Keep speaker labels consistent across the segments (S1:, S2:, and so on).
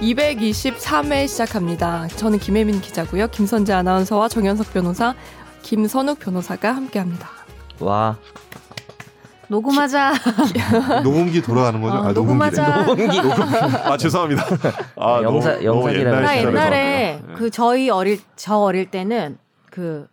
S1: 223회 시작합니다. 저는 김혜민 기자고요. 김선재 아나운서와 정현석 변호사, 김선욱 변호사가 함께합니다.
S2: 와
S3: 녹음하자.
S4: 녹음기 돌아가는 거죠?
S3: 어,
S4: 아, 녹음기래.
S3: 녹음하자.
S2: 공기
S4: 아 죄송합니다. 아,
S2: 영사- 영상이라고
S4: 옛날
S3: 나
S2: 시절에
S3: 옛날에
S4: 봤구나.
S3: 그 저희 어릴 저 어릴 때는 그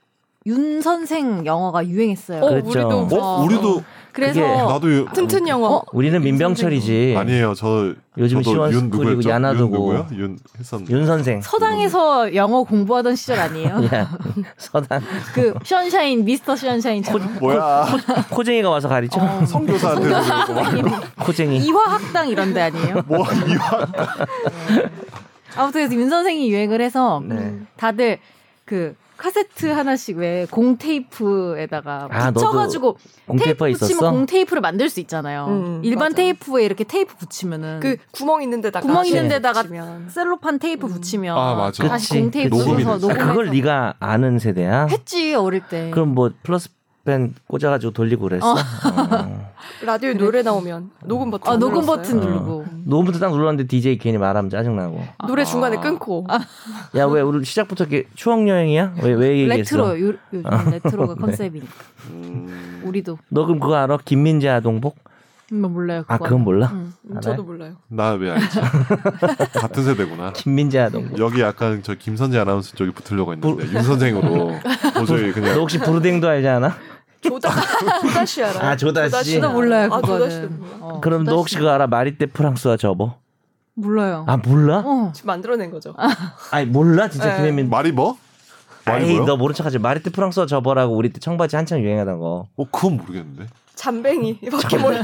S3: 윤 선생 영어가 유행했어요.
S1: 어,
S2: 그랬죠. 뭐?
S1: 우리도
S4: 어,
S3: 어.
S4: 우리도
S3: 그래서
S2: 그게
S4: 나도 유- 음,
S1: 튼튼 영어.
S3: 어?
S2: 우리는 민병철이지
S4: 아니에요. 저
S2: 요즘
S4: 저도
S2: 시원
S4: 윤 누구였죠?
S2: 스쿨이고
S4: 윤
S2: 야나도고
S4: 누구요? 윤 했었나?
S2: 윤 선생
S3: 서당에서 영어 공부하던 시절 아니에요?
S2: 야, 서당
S3: 그 션샤인 미스터
S4: 어,
S3: 션샤인처럼
S4: 뭐야?
S2: 코쟁이가 와서 가리죠
S4: 성교사한테 그러고 말고
S2: 코쟁이
S3: 이화학당 이런데 아니에요?
S4: 뭐 이화
S3: 아무튼 그래서 윤 선생이 유행을 해서
S2: 네.
S3: 다들 그 카세트 하나씩 왜 공테이프에다가
S2: 아, 너도
S3: 붙여가지고
S2: 공테이프가
S3: 테이프 붙이면
S2: 있었어
S3: 공테이프를 만들 수 있잖아요.
S1: 음,
S3: 일반
S1: 맞아.
S3: 테이프에 이렇게 테이프 붙이면은
S1: 그 구멍 있는 데다가 네.
S3: 구멍
S2: 있는
S3: 데다가
S1: 붙이면.
S3: 셀로판 테이프 붙이면
S4: 아, 맞아.
S3: 다시
S2: 음. 그치,
S3: 공테이프
S4: 그치.
S3: 붙여서
S4: 녹음이
S2: 아,
S3: 녹음해서
S2: 그걸 네가 아는 세대야
S3: 했지 어릴 때.
S2: 그럼 뭐 플러스 펜 꽂아가지고 돌리고 그랬어
S3: 어.
S2: 어.
S1: 라디오에 노래 나오면 녹음 버튼.
S3: 아, 녹음
S1: 눌렀어요?
S3: 버튼
S2: 어.
S3: 누르고
S2: 노무부터 딱 눌렀는데 DJ 괜히 말하면 짜증나고
S1: 아. 노래
S3: 아.
S1: 중간에 끊고.
S2: 야 왜 우리 시작부터 이렇게 추억 여행이야 왜 왜 얘기했어
S3: 레트로 요, 요즘 레트로가
S2: 네.
S3: 컨셉이니까
S4: 음,
S3: 우리도
S2: 너 그럼 그거 알아 김민재 아동복
S3: 뭐 몰라요.
S2: 아 그건 몰라
S3: 응.
S1: 음,
S2: 아, 네.
S1: 저도 몰라요.
S4: 나왜 알지? 같은 세대구나.
S2: 김민재 아동복
S4: 여기 약간 저 김선재 아나운서 쪽에 붙으려고 했는데 윤 선생으로 뭐 도저히
S2: 너
S4: 그냥
S2: 혹시 부르댕도 알지 않아?
S1: 조다 조다시 알아.
S2: 아, 조다시.
S3: 나도 몰라요
S1: 아 조다시도
S3: 그거는.
S1: 몰라.
S3: 어,
S2: 그럼 너
S3: 나
S2: 혹시 그거 알아? 마리떼 프랑스와 접어?
S3: 몰라요.
S2: 아 몰라?
S3: 어.
S1: 지금 만들어낸 거죠.
S2: 아니 몰라 진짜
S3: 네.
S1: 에.
S2: 김혜민
S4: 말이 뭐? 말이
S2: 에이
S4: 뭐요?
S2: 너 모른 척하지 마리떼 프랑스와 접어라고 우리 때 청바지 한창 유행하던 거
S4: 어 그건 모르겠는데.
S1: 잠뱅이밖에 몰라.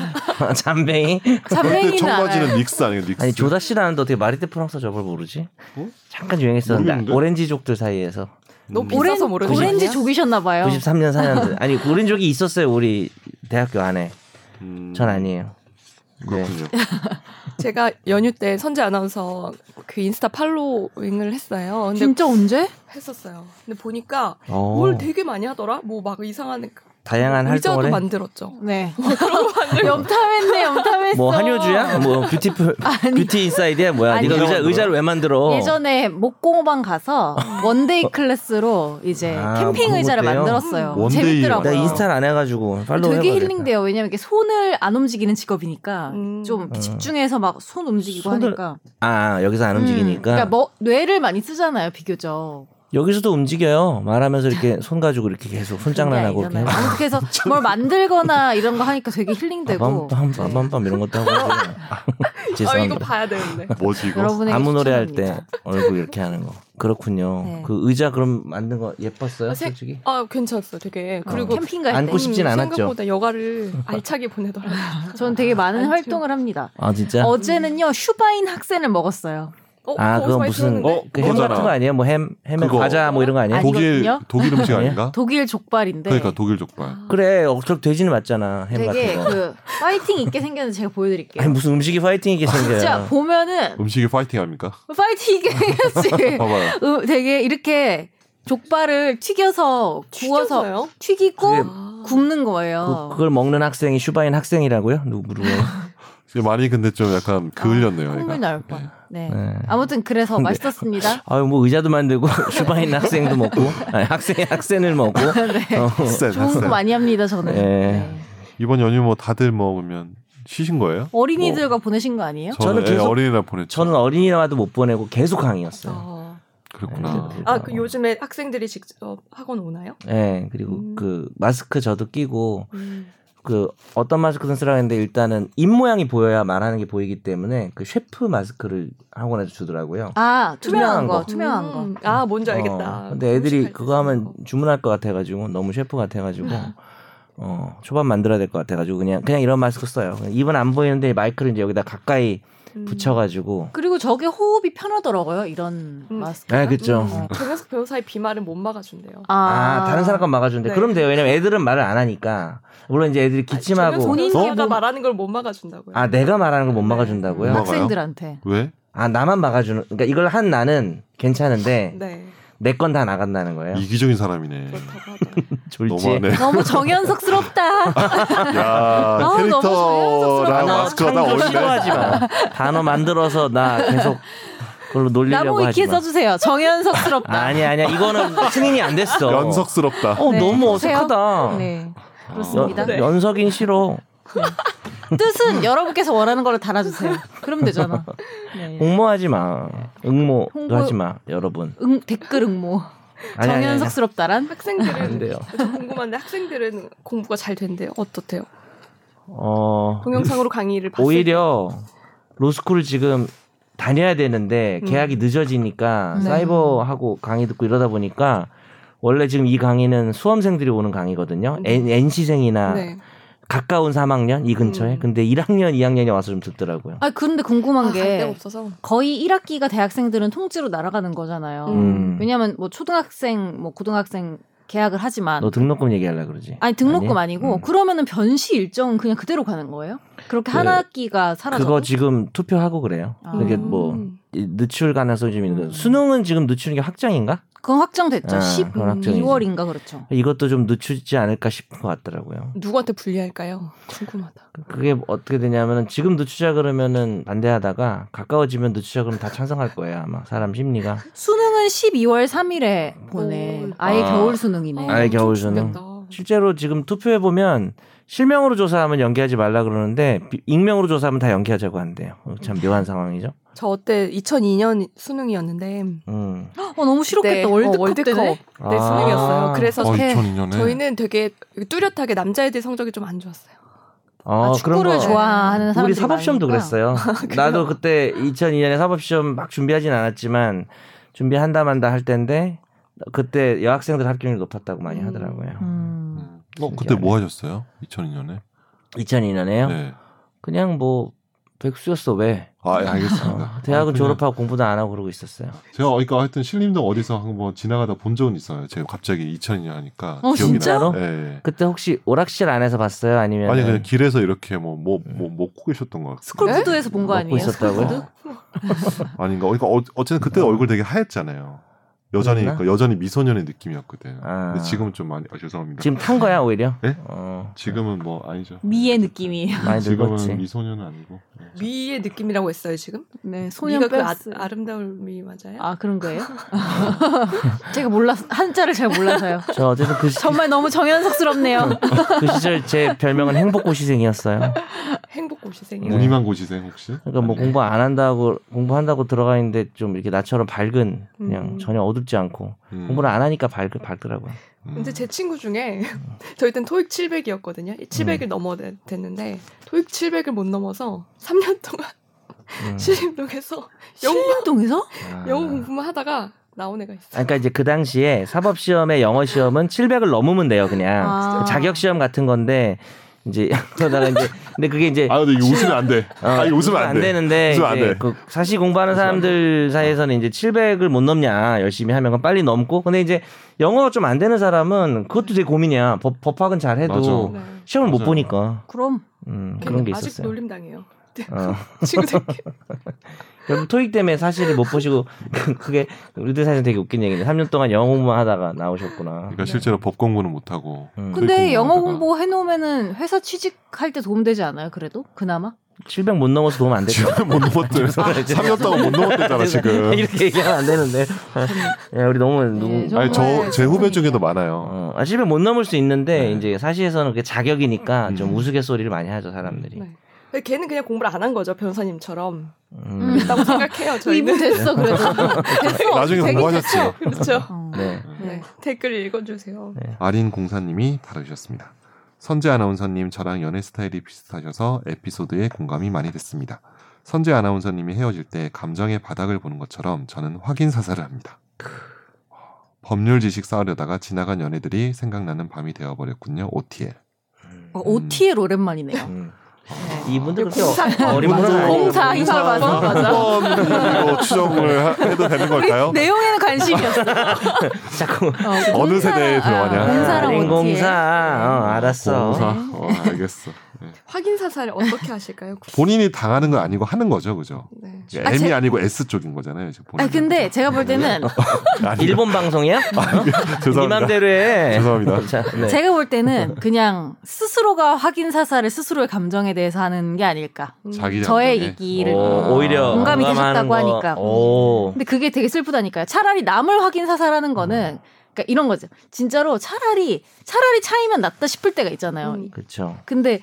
S2: 잠뱅이
S4: 근데
S3: 잠뱅이는 알아요.
S4: 청바지는 닉스 아니에요? 닉스.
S2: 아니 조다 씨라는 데 어떻게 마리떼 프랑스와 접어를 모르지?
S4: 어?
S2: 잠깐 유행했었는데
S4: 모르겠는데?
S2: 오렌지족들 사이에서
S1: 너무
S3: 오렌,
S1: 비싸서 모르는 거
S3: 오렌지
S1: 아니야?
S3: 족이셨나 봐요.
S2: 93년 4년들 아니 그 오렌지족이 있었어요 우리 대학교 안에
S4: 음,
S2: 전 아니에요 네.
S4: 그렇군요.
S1: 제가 연휴 때 선재 아나운서 그 인스타 팔로잉을 했어요. 근데
S3: 진짜 언제?
S1: 했었어요. 근데 보니까
S2: 어,
S1: 뭘 되게 많이 하더라. 뭐 막 이상한
S2: 다양한
S1: 의자도
S2: 활동을 해?
S1: 만들었죠. 아,
S3: 네. 염탐했네, 염탐했어.
S2: 뭐 한효주야? 뭐 뷰티풀 뷰티 인사이드야 뭐야?
S3: 아니.
S2: 네가 의자 의자를 왜 만들어? 어.
S3: 예전에 목공방 가서 원데이 클래스로 이제
S2: 아,
S3: 캠핑
S2: 그거
S3: 의자를
S2: 어때요?
S3: 만들었어요.
S4: 원데이
S2: 나
S3: 재밌더라고요.
S2: 인스타를 안 해가지고 팔로우
S3: 되게
S2: 해봐야겠다.
S3: 힐링돼요. 왜냐면 이렇게 손을 안 움직이는 직업이니까
S1: 음.
S3: 좀 집중해서 막 손 움직이고
S2: 손을
S3: 하니까.
S2: 아 여기서 안
S3: 음,
S2: 움직이니까
S3: 그러니까 뭐, 뇌를 많이 쓰잖아요, 비교적.
S2: 여기서도 움직여요 말하면서 이렇게 손 가지고 이렇게 계속 손장난하고 이렇게
S3: 그런 게 아니잖아요. 아무튼 그래서 뭘 만들거나 이런 거 하니까 되게
S2: 아,
S3: 힐링되고. 네.
S2: 빰빰빰빰빰 이런 것도 하고
S1: 아 이거
S2: 죄송합니다
S1: 봐야 되는데.
S4: 뭐지 이거?
S3: 여러분에게
S2: 아무 노래 할 때
S3: 추천합니다.
S2: 얼굴 이렇게 하는 거 그렇군요
S3: 네.
S2: 그 의자 그럼 만든 거 예뻤어요
S1: 아, 색-
S2: 솔직히
S1: 아 괜찮았어요. 되게 그리고 음,
S3: 캠핑 갈때
S2: 안고 싶진 않았죠
S1: 생각보다 여가를 알차게 보내더라고요.
S3: 저는 되게 많은
S1: 아니,
S3: 활동을 합니다.
S2: 아 진짜
S3: 어제는요 슈바인 학생을 먹었어요.
S1: 어,
S2: 아 그건 무슨
S4: 어,
S2: 그 햄 같은
S4: 그거잖아.
S2: 거 아니에요 뭐 햄 햄에
S4: 그거.
S2: 과자 뭐 이런 거 아니에요
S3: 아니.
S4: 독일
S3: 아니거든요?
S4: 네?
S3: 네.
S4: 독일 음식 아닌가?
S3: 독일 족발인데
S4: 그러니까 독일 족발.
S2: 그래 어차피 돼지는 맞잖아 햄 같은
S3: 되게
S2: 거
S3: 그 파이팅 있게 생겼는데 제가 보여드릴게요.
S2: 아니 무슨 음식이 파이팅이 게
S3: 진짜
S2: 생겨요
S3: 보면은
S4: 음식이 파이팅 합니까?
S3: 파이팅 있게 생겼지.
S4: 봐봐요.
S3: 음, 되게 이렇게 족발을 튀겨서 구워서
S1: 구워서요?
S3: 튀기고
S2: 그게
S3: 굽는
S2: 그,
S3: 거예요.
S2: 그걸 먹는 학생이 슈바인 학생이라고요 누구 물어요
S4: 이게 많이 근데 좀 약간 그을렸네요. 얘가.
S3: 콧물 나올 뻔. 네.
S2: 네.
S3: 아무튼 그래서
S2: 근데-
S3: 맛있었습니다.
S2: 아유 뭐 의자도 만들고 슈바인 학생도 먹고 아니, 학생 학생을 먹고 어,
S3: 네.
S4: 핫센,
S3: 좋은 거
S4: 핫센.
S3: 많이 합니다 저는.
S2: 예.
S3: 네.
S4: 이번 연휴 뭐 다들 먹으면 쉬신 거예요?
S3: 어린이들과 보내신 거 아니에요?
S4: 저는,
S2: 저는
S4: 애
S2: 계속-
S4: 어린이날 보냈죠.
S2: 저는 어린이날도 못 보내고 계속 강의였어요.
S1: 어.
S4: 그랬구나.
S2: 네.
S1: 아그 요즘에 학생들이 직접 학원 오나요?
S2: 예 그리고
S1: 음.
S2: 그 마스크 저도 끼고
S1: 음.
S2: 그 어떤 마스크든 쓰라 했는데 일단은 입 모양이 보여야 말하는 게 보이기 때문에 그 셰프 마스크를 학원에서 주더라고요.
S3: 아 투명한
S2: 투명한
S3: 거,
S2: 거.
S3: 투명한 거.
S1: 음. 아 뭔지 알겠다.
S2: 어, 근데 애들이
S1: 음식할 때
S2: 그거 하면
S1: 쓰는
S2: 주문할 것 같아가지고 너무 셰프 같아가지고
S1: 음.
S2: 어 초밥 만들어야 될 것 같아가지고 그냥 그냥 이런 마스크 써요. 그냥 입은 안 보이는데 마이크를 이제 여기다 가까이
S1: 음.
S2: 붙여가지고
S3: 그리고 저게 호흡이 편하더라고요. 이런
S1: 음.
S3: 마스크.
S2: 아 그죠.
S3: 음.
S1: 정현석 변호사의 비말은 못 막아준대요.
S2: 아, 다른 사람 건 막아주는데
S1: 네.
S2: 그럼 돼요 왜냐면 애들은 말을 안 하니까 물론 이제
S1: 저는
S2: 애들이 기침하고 어?
S3: 본인이 네.
S1: 선생님과
S3: 뭐-
S1: 말하는 걸 못 막아준다고요.
S2: 아 내가 말하는 걸 못 막아준다고요
S4: 막-
S3: 학생들한테.
S4: 왜?
S2: 아 나만 막아주는 그러니까 이걸 한 나는 괜찮은데
S1: 네
S2: 내 건 다 나간다는 거예요
S4: 이기적인 사람이네.
S1: 그렇다고 하더라고요.
S2: 졸지
S4: 너무하네.
S3: 너무 정연석스럽다.
S4: 야
S3: 너무
S4: 캐릭터랑
S3: 자연스럽다.
S2: 나
S4: 마스크가 다
S2: 참고
S4: 어울리네.
S2: 싫어하지 마 단어 만들어서 나 계속 그걸로 놀리려고
S3: 나무
S2: 하지
S3: 위키에
S2: 마.
S3: 써주세요. 정연석스럽다.
S2: 아니야 아니야 이거는 승인이 안 됐어.
S4: 연석스럽다.
S2: 어
S3: 네,
S2: 너무
S3: 보세요.
S2: 어색하다.
S3: 네. 그렇습니다.
S2: 연, 연석인 싫어.
S3: 뜻은 여러분께서 원하는 걸로 달아주세요. 그럼 되잖아. 네.
S2: 응모하지 마. 응모
S3: 홍보-
S2: 하지 마 여러분.
S3: 응, 댓글 응모.
S2: 아니, 아니, 아니.
S3: 정연석스럽다란?
S2: 안
S1: 학생들은
S2: 돼요.
S1: 저 궁금한데 학생들은 공부가 잘 된대요. 어떻대요?
S2: 어
S1: 동영상으로 강의를 봤을
S2: 오히려 로스쿨을 지금 다녀야 되는데
S1: 음.
S2: 계약이 늦어지니까
S3: 네.
S2: 사이버하고 강의 듣고 이러다 보니까 원래 지금 이 강의는 수험생들이 오는 강의거든요.
S3: 음.
S1: 네.
S2: N, NC생이나
S1: 네.
S2: 가까운 3학년 이 근처에.
S1: 음.
S2: 근데 1학년, 2학년이 와서 좀 듣더라고요.
S3: 아, 근데 궁금한
S1: 아, 갈 데가
S3: 게
S1: 없어서.
S3: 거의 1학기가 대학생들은 통째로 날아가는 거잖아요.
S1: 음.
S3: 왜냐면 뭐 초등학생, 뭐 고등학생 계약을 하지만
S2: 너 등록금 얘기하려 그러지.
S3: 아니 등록금
S2: 아니?
S3: 아니? 고
S2: 음.
S3: 그러면은 변시 일정은 그냥 그대로 가는 거예요? 그렇게
S2: 그-
S3: 한 학기가 사라져.
S2: 그거 지금 투표하고 그래요.
S3: 아.
S2: 그게
S1: 음.
S2: 뭐 이- 늦출 가능성이 좀 있는데
S3: 음.
S2: 수능은 지금 늦추는 게 확장인가?
S3: 그건 확정됐죠.
S2: 아, 그건 확정이지.
S3: 12월인가 그렇죠.
S2: 이것도 좀 늦추지 않을까 싶은 것 같더라고요.
S1: 누구한테 불리할까요? 궁금하다.
S2: 그게 어떻게 되냐면은 지금 늦추자 그러면은 반대하다가 가까워지면 늦추자 그러면 다 찬성할 거예요 아마 사람 심리가
S3: 수능은 12월 3일에 보내.
S1: 오.
S3: 아예
S2: 아.
S3: 겨울 수능이네.
S2: 아예
S1: 엄청
S2: 겨울 수능.
S1: 죽겠다.
S2: 실제로 지금 투표해 보면 실명으로 조사하면 연기하지 말라 그러는데 비- 익명으로 조사하면 다 연기하자고 한대요. 어, 참 묘한 상황이죠.
S1: 저 어때 2002년 수능이었는데
S2: 음.
S3: 어 너무 싫었겠다.
S1: 그때, 어,
S3: 월드컵,
S1: 월드컵
S3: 때네.
S1: 네,
S2: 아.
S1: 수능이었어요. 그래서
S4: 어,
S1: 대-
S4: 2002년에
S1: 저희는 되게 뚜렷하게 남자애들 성적이 좀 안 좋았어요.
S2: 어,
S3: 아,
S2: 그런
S3: 축구를
S2: 거-
S3: 좋아하는 사람들이
S2: 우리 사법시험도
S3: 많으니까.
S2: 그랬어요. 나도 그때 2002년에 사법시험 막 준비하진 않았지만 준비한다 만다 할 텐데 그때 여학생들 합격률 높았다고 많이
S1: 음.
S2: 하더라고요.
S3: 음.
S4: 음. 어 그때 뭐 하셨어요? 2002년에?
S2: 2002년에요.
S4: 네.
S2: 그냥 뭐 백수였어 왜?
S4: 아 예, 알겠습니다.
S2: 어, 대학은
S4: 아니, 그냥
S2: 졸업하고 공부도 안 하고 그러고 있었어요.
S4: 제가 그러니까 하여튼 신림동 어디서 한번 지나가다 본 적은 있어요. 제가 갑자기 2002년 하니까
S3: 어,
S4: 기억이
S3: 진짜?
S4: 나요. 예.
S2: 그때 혹시 오락실 안에서 봤어요? 아니면
S4: 아니 그냥 길에서 이렇게 뭐 뭐 뭐 먹고 계셨던 것 같아요.
S1: 네?
S3: 스쿨푸드에서 본 거
S2: 먹고
S3: 아니에요?
S2: 있었다고요?
S3: 스쿨푸드?
S4: 아닌가? 그러니까 어, 어쨌든 그때 얼굴 되게 하얗잖아요. 여전히
S2: 그랬나?
S4: 그러니까 여전히 미소년의 느낌이었거든.
S2: 아.
S4: 근데 지금은 좀 많이 아, 죄송합니다.
S2: 지금 탄 거야 오히려?
S4: 예?
S2: 어,
S4: 지금은 뭐 아니죠.
S3: 미의 느낌이에요.
S2: 많이 늙었지.
S4: 지금은 미소년은 아니고. 네.
S1: 미의 느낌이라고 했어요 지금?
S3: 네,
S1: 미가
S3: 소년
S1: 그 아,
S3: 댄스.
S1: 아름다운 미 맞아요?
S3: 아 그런 거예요? 제가 몰랐 한자를 잘 몰라서요.
S2: 저 어쨌든 그, 시,
S3: 정말 너무 정연석스럽네요.
S2: 그 시절 제 별명은 행복고시생이었어요.
S1: 행복고시생이요.
S4: 무늬만 고시생 혹시?
S2: 네. 그러니까 뭐
S4: 아니에요?
S2: 공부 안 한다고 공부한다고 들어가 있는데 좀 이렇게 나처럼 밝은 그냥
S1: 음.
S2: 전혀 어둡지 않고
S4: 음,
S2: 공부를 안 하니까 밝 밝더라고요.
S4: 음.
S1: 근데 제 친구 중에 저희 땐 토익 700이었거든요. 700을 넘어댔는데 토익 700을 못 넘어서 3년 동안
S2: 음.
S1: 신림동에서 영어
S3: 신림동에서?
S2: 아.
S1: 영어 공부만 하다가 나온 애가 있어요.
S2: 그러니까 이제 그 당시에 사법 시험에 영어 시험은 700을 넘으면 돼요 그냥
S3: 아.
S2: 자격 시험 같은 건데 이제 그러다가 이제 근데 그게 이제
S4: 아 근데 이거 웃으면 안 돼.
S2: 어,
S4: 아 이거 웃으면 안 돼.
S2: 되는데
S4: 웃으면 안
S2: 이제
S4: 돼.
S2: 그 사실 공부하는
S4: 웃으면 안
S2: 사람들 사이에서는 이제 700을 못 넘냐 열심히 하면 그건 빨리 넘고 근데 이제 영어가 좀 안 되는 사람은 그것도 되게 고민이야 법, 법학은 잘해도
S4: 맞아.
S1: 네.
S2: 시험을 못
S4: 맞아요.
S2: 보니까
S3: 그럼
S2: 음, 그런 게
S1: 아직
S2: 있었어요.
S1: 놀림 당해요.
S2: 어.
S1: 친구들끼리.
S2: 여러분 토익 때문에 사실 못 보시고 그- 그게 우리들 사실 되게 웃긴 얘기인데 3년 동안 영어 공부만 하다가 나오셨구나.
S4: 그러니까 실제로 법 공부는 못 하고.
S2: 음.
S3: 근데
S4: 그리고
S3: 영어
S4: 내가-
S3: 공부 해놓으면은 회사 취직할 때 도움 되지 않아요? 그래도 그나마
S2: 700 못 넘어서 도움 안 됐죠.
S4: 지금 못 넘었대. 3년 동안 못 넘었대잖아 지금.
S2: 이렇게 얘기하면 안 되는데. 야, 우리 너무
S3: 네,
S2: 누구.
S3: 좀-
S4: 아니 저 제 후배 중에도 많아요.
S2: 어, 아, 700 못 넘을 수 있는데
S4: 네.
S2: 이제 사시에서는 그게 자격이니까 좀
S4: 음.
S2: 우스갯소리를 많이 하죠 사람들이.
S1: 네. 근데 걔는 그냥 공부를 안 한 거죠 변호사님처럼.
S2: 음.
S1: 라고 생각해요.
S3: 이분
S1: 저희는.
S3: 됐어 그래도 됐어.
S4: 나중에
S3: 되게
S4: 공부하셨지.
S1: 그렇죠.
S3: 어.
S2: 네.
S1: 네. 댓글 읽어주세요.
S4: 아린 공사님이 다루셨습니다. 선재 아나운서님 저랑 연애 스타일이 비슷하셔서 에피소드에 공감이 많이 됐습니다. 선재 아나운서님이 헤어질 때 감정의 바닥을 보는 것처럼 저는 확인 사살을 합니다. 법률 지식 쌓으려다가 지나간 연애들이 생각나는 밤이 되어버렸군요. OTL.
S3: 어, OTL 오랜만이네요.
S2: 음. 이분들 그렇게
S1: 공사.
S2: 어- 어린 분은 아니에요.
S3: 공사 인사 봐서 맞아.
S4: 한번으로 추정을 하- 해도 되는 걸까요?
S3: 내용에는 관심이었어.
S2: 자꾸
S3: 어,
S4: 어느
S3: 공사랑-
S4: 세대에 들어가냐.
S3: 아, 공사랑
S2: 아린
S3: OTL.
S2: 공사. 어,
S4: 네.
S2: 알았어.
S4: 공사. 어, 알겠어. 네.
S1: 확인 사살 어떻게 하실까요?
S4: 본인이 당하는 건 아니고 하는 거죠, 그죠?
S1: 네.
S4: 그
S3: 아,
S4: M이
S3: 제-
S4: 아니고 S 쪽인 거잖아요. 지금
S3: 아니
S4: 본인은.
S3: 근데 제가 볼 때는
S4: 아니,
S2: 일본 방송이야? 네
S4: 죄송합니다.
S2: 맘대로 해.
S4: 죄송합니다.
S2: 자, 네.
S3: 제가 볼 때는 그냥 스스로가 확인 사살을 스스로의 감정에 대해서 하는 게 아닐까.
S1: 음.
S4: 자기
S3: 저의
S4: 장점에.
S3: 얘기를
S1: 어,
S2: 어, 오, 오히려
S3: 공감이
S2: 공감하는
S3: 되셨다고
S2: 거.
S3: 하니까. 음.
S2: 오.
S3: 근데 그게 되게 슬프다니까요. 차라리 남을 확인 사살하는
S4: 음.
S3: 거는 그러니까 이런 거죠. 진짜로 차라리 차라리 차이면 낫다 싶을 때가 있잖아요.
S1: 음.
S2: 그렇죠.
S3: 근데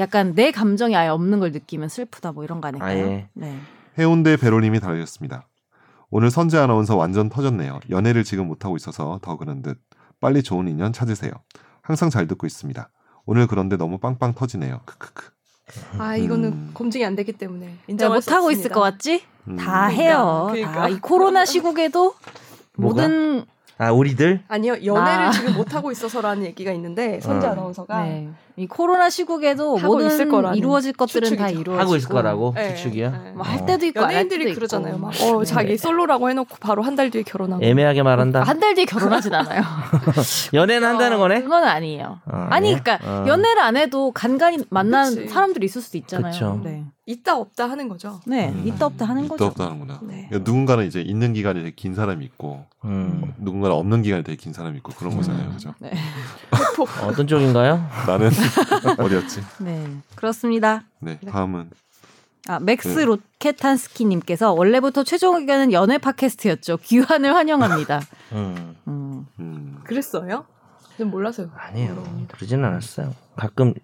S3: 약간 내 감정이 아예 없는 걸 느끼면 슬프다 뭐 이런 거 아닐까요?
S2: 아예.
S3: 네.
S4: 해운대 배로님이 달아주셨습니다. 오늘 선재 아나운서 완전 터졌네요. 연애를 지금 못하고 있어서 더 그런 듯. 빨리 좋은 인연 찾으세요. 항상 잘 듣고 있습니다. 오늘 그런데 너무 빵빵 터지네요. 크크크.
S1: 아 이거는
S4: 음.
S1: 검증이 안 되기 때문에
S3: 내가 뭐
S1: 인정할
S3: 네, 못
S1: 수
S3: 하고
S1: 없습니다.
S3: 있을 것 같지?
S4: 음.
S3: 다 해요.
S1: 그러니까.
S3: 다 이 코로나 시국에도
S2: 뭐가?
S3: 모든
S2: 아 우리들
S1: 아니요 연애를
S3: 아.
S1: 지금 못 하고 있어서라는 얘기가 있는데 선재
S2: 어.
S1: 아나운서가
S3: 네. 이 코로나 시국에도
S1: 하고
S3: 모든
S1: 있을 거라는
S3: 이루어질 것들은 다
S1: 추측이죠.
S3: 이루어지고
S2: 하고 있을 거라고
S1: 네,
S2: 추측이야.
S1: 네.
S3: 뭐
S2: 어.
S3: 할 때도 있고 안할 때도
S1: 연예인들이
S3: 있고.
S1: 그러잖아요. 막 어,
S3: 네.
S1: 자기 솔로라고 해놓고 바로 한 달 뒤에 결혼하고.
S2: 애매하게 말한다.
S3: 한 달 뒤에 결혼하진 않아요.
S2: 연애는 한다는
S3: 어,
S2: 거네. 어, 예?
S3: 그건 아니에요. 아니 그러니까 연애를 안 해도 간간히 만나는
S1: 그치.
S3: 사람들이 있을 수도 있잖아요.
S2: 그쵸.
S3: 네.
S1: 있다 없다 하는 거죠.
S3: 네.
S2: 음.
S3: 있다 없다 하는
S4: 있다
S3: 거죠.
S4: 없다 하는구나.
S1: 네.
S4: 그러니까 누군가는 이제 있는 기간이 되게 긴 사람이 있고
S2: 음.
S4: 누군가는 없는 기간이 되게 긴 사람이 있고 그런 거잖아요. 그죠?
S3: 네.
S2: 어떤 쪽인가요?
S4: 나는 어디였지?
S3: 네. 그렇습니다.
S4: 네. 다음은
S3: 아, 맥스
S4: 네.
S3: 로켓탄스키 님께서 원래부터 최종 의견은 연애 팟캐스트였죠. 귀환을 환영합니다.
S2: 음.
S3: 음.
S4: 음,
S1: 그랬어요? 전 몰라서요.
S2: 아니에요.
S1: 어려워요.
S2: 그러진 않았어요. 가끔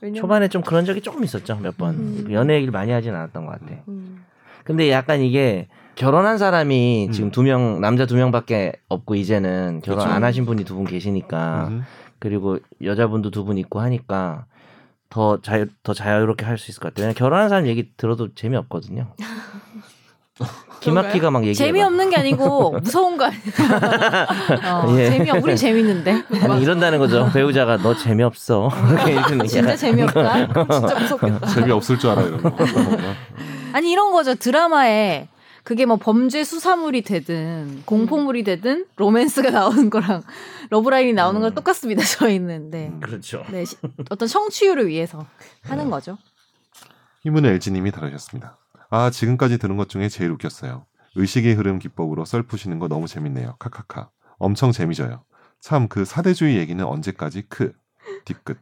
S1: 왜냐면
S2: 초반에 좀 그런 적이 조금 있었죠. 몇 번. 그
S1: 음.
S2: 연애 얘기를 많이 하진 않았던 것 같아.
S1: 음.
S2: 근데 약간 이게 결혼한 사람이
S4: 음.
S2: 지금 두 명, 남자 두 명밖에 없고 이제는 결혼
S4: 그쵸.
S2: 안 하신 분이 두 분 계시니까
S4: 음,
S2: 그리고 여자분도 두 분 있고 하니까 더 자유, 더 자유롭게 할 수 있을 것 같아요. 왜냐면 결혼한 사람 얘기 들어도 재미없거든요. 기막히가 막 얘기해.
S3: 재미없는 게 아니고 무서운 거 아니에요. 어,
S2: 예.
S3: 재미없. 우린 재밌는데.
S2: 아니, 이런다는 거죠. 배우자가 너 재미없어. 이렇게
S3: 진짜 재미없다.
S1: 진짜 무섭겠다.
S4: 재미없을 줄 알아 이런 거.
S3: 아니 이런 거죠 드라마에 그게 뭐 범죄 수사물이 되든 공포물이 되든 로맨스가 나오는 거랑 러브라인이 나오는 건
S2: 음.
S3: 똑같습니다 저희는 네,
S4: 음.
S2: 그렇죠.
S3: 네 시- 어떤 청취율을 위해서 하는 거죠
S4: 힘은 LG님이 다루셨습니다. 아 지금까지 들은 것 중에 제일 웃겼어요. 의식의 흐름 기법으로 썰 푸시는 거 너무 재밌네요. 카카카. 엄청 재미져요. 참 그 사대주의 얘기는 언제까지 크 뒷끝.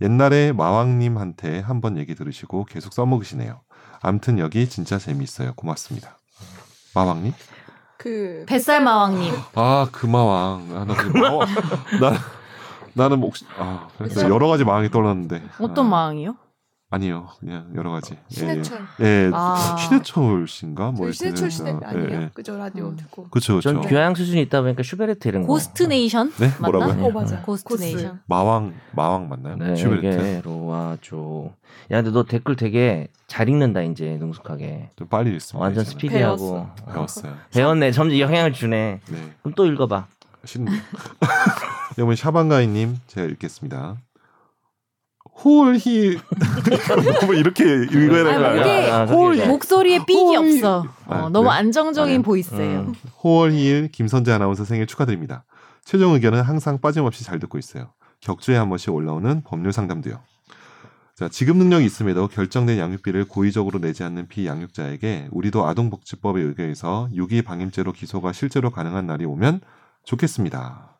S4: 옛날에 마왕님한테 한번 얘기 들으시고 계속 써먹으시네요. 암튼 여기 진짜 재미있어요. 고맙습니다. 마왕님?
S1: 그
S3: 뱃살 마왕님
S4: 아 그 마왕. 아, 나 그 마왕. 나 나는 혹시 아 그래서 여러 가지 마왕이 떠올랐는데.
S3: 어떤
S4: 아,
S3: 마왕이요?
S4: 아니요 그냥 여러 가지. 예, 예.
S1: 신해철.
S4: 예,
S3: 아.
S4: 신해철 씨인가 뭐
S1: 저희 신해철 시대
S4: 있으니까.
S1: 아니에요?
S4: 예, 예.
S1: 그죠 라디오
S3: 음.
S1: 듣고.
S4: 그렇죠,
S2: 전
S4: 그렇죠.
S2: 교양 수준이 있다 보니까 슈베르트 이런 거.
S3: 고스트 네이션
S4: 네,
S3: 맞나?
S4: 뭐라고요?
S1: 어 맞아.
S3: 고스트 네이션
S4: 마왕 마왕 맞나요?
S2: 네,
S4: 슈베르트.
S2: 이게 로아조. 야, 근데 너 댓글 되게 잘 읽는다 이제 능숙하게.
S4: 좀 빨리 읽습니다.
S2: 완전
S4: 이제는.
S2: 스피디하고.
S4: 배웠어요.
S2: 배웠네. 점점 영향을 주네.
S4: 네,
S2: 그럼 또 읽어봐.
S4: 신네. 여러분 샤방가이님 제가 읽겠습니다. 홀히 너무 이렇게 읽어야 되는 거
S3: 아니,
S4: 아니야?
S3: 이게
S4: 홀이-
S2: 홀
S3: 목소리에 삑이
S4: 호이.
S3: 없어 어,
S4: 아,
S3: 너무
S4: 그래요?
S3: 안정적인
S2: 아니요.
S3: 보이스예요
S2: 음.
S4: 호월희일 김선재 아나운서 생일 축하드립니다. 최종 의견은 항상 빠짐없이 잘 듣고 있어요. 격주에 한 번씩 올라오는 법률 상담도요. 자, 지급 능력이 있음에도 결정된 양육비를 고의적으로 내지 않는 비양육자에게 우리도 아동복지법에 의거해서 유기방임죄로 기소가 실제로 가능한 날이 오면 좋겠습니다.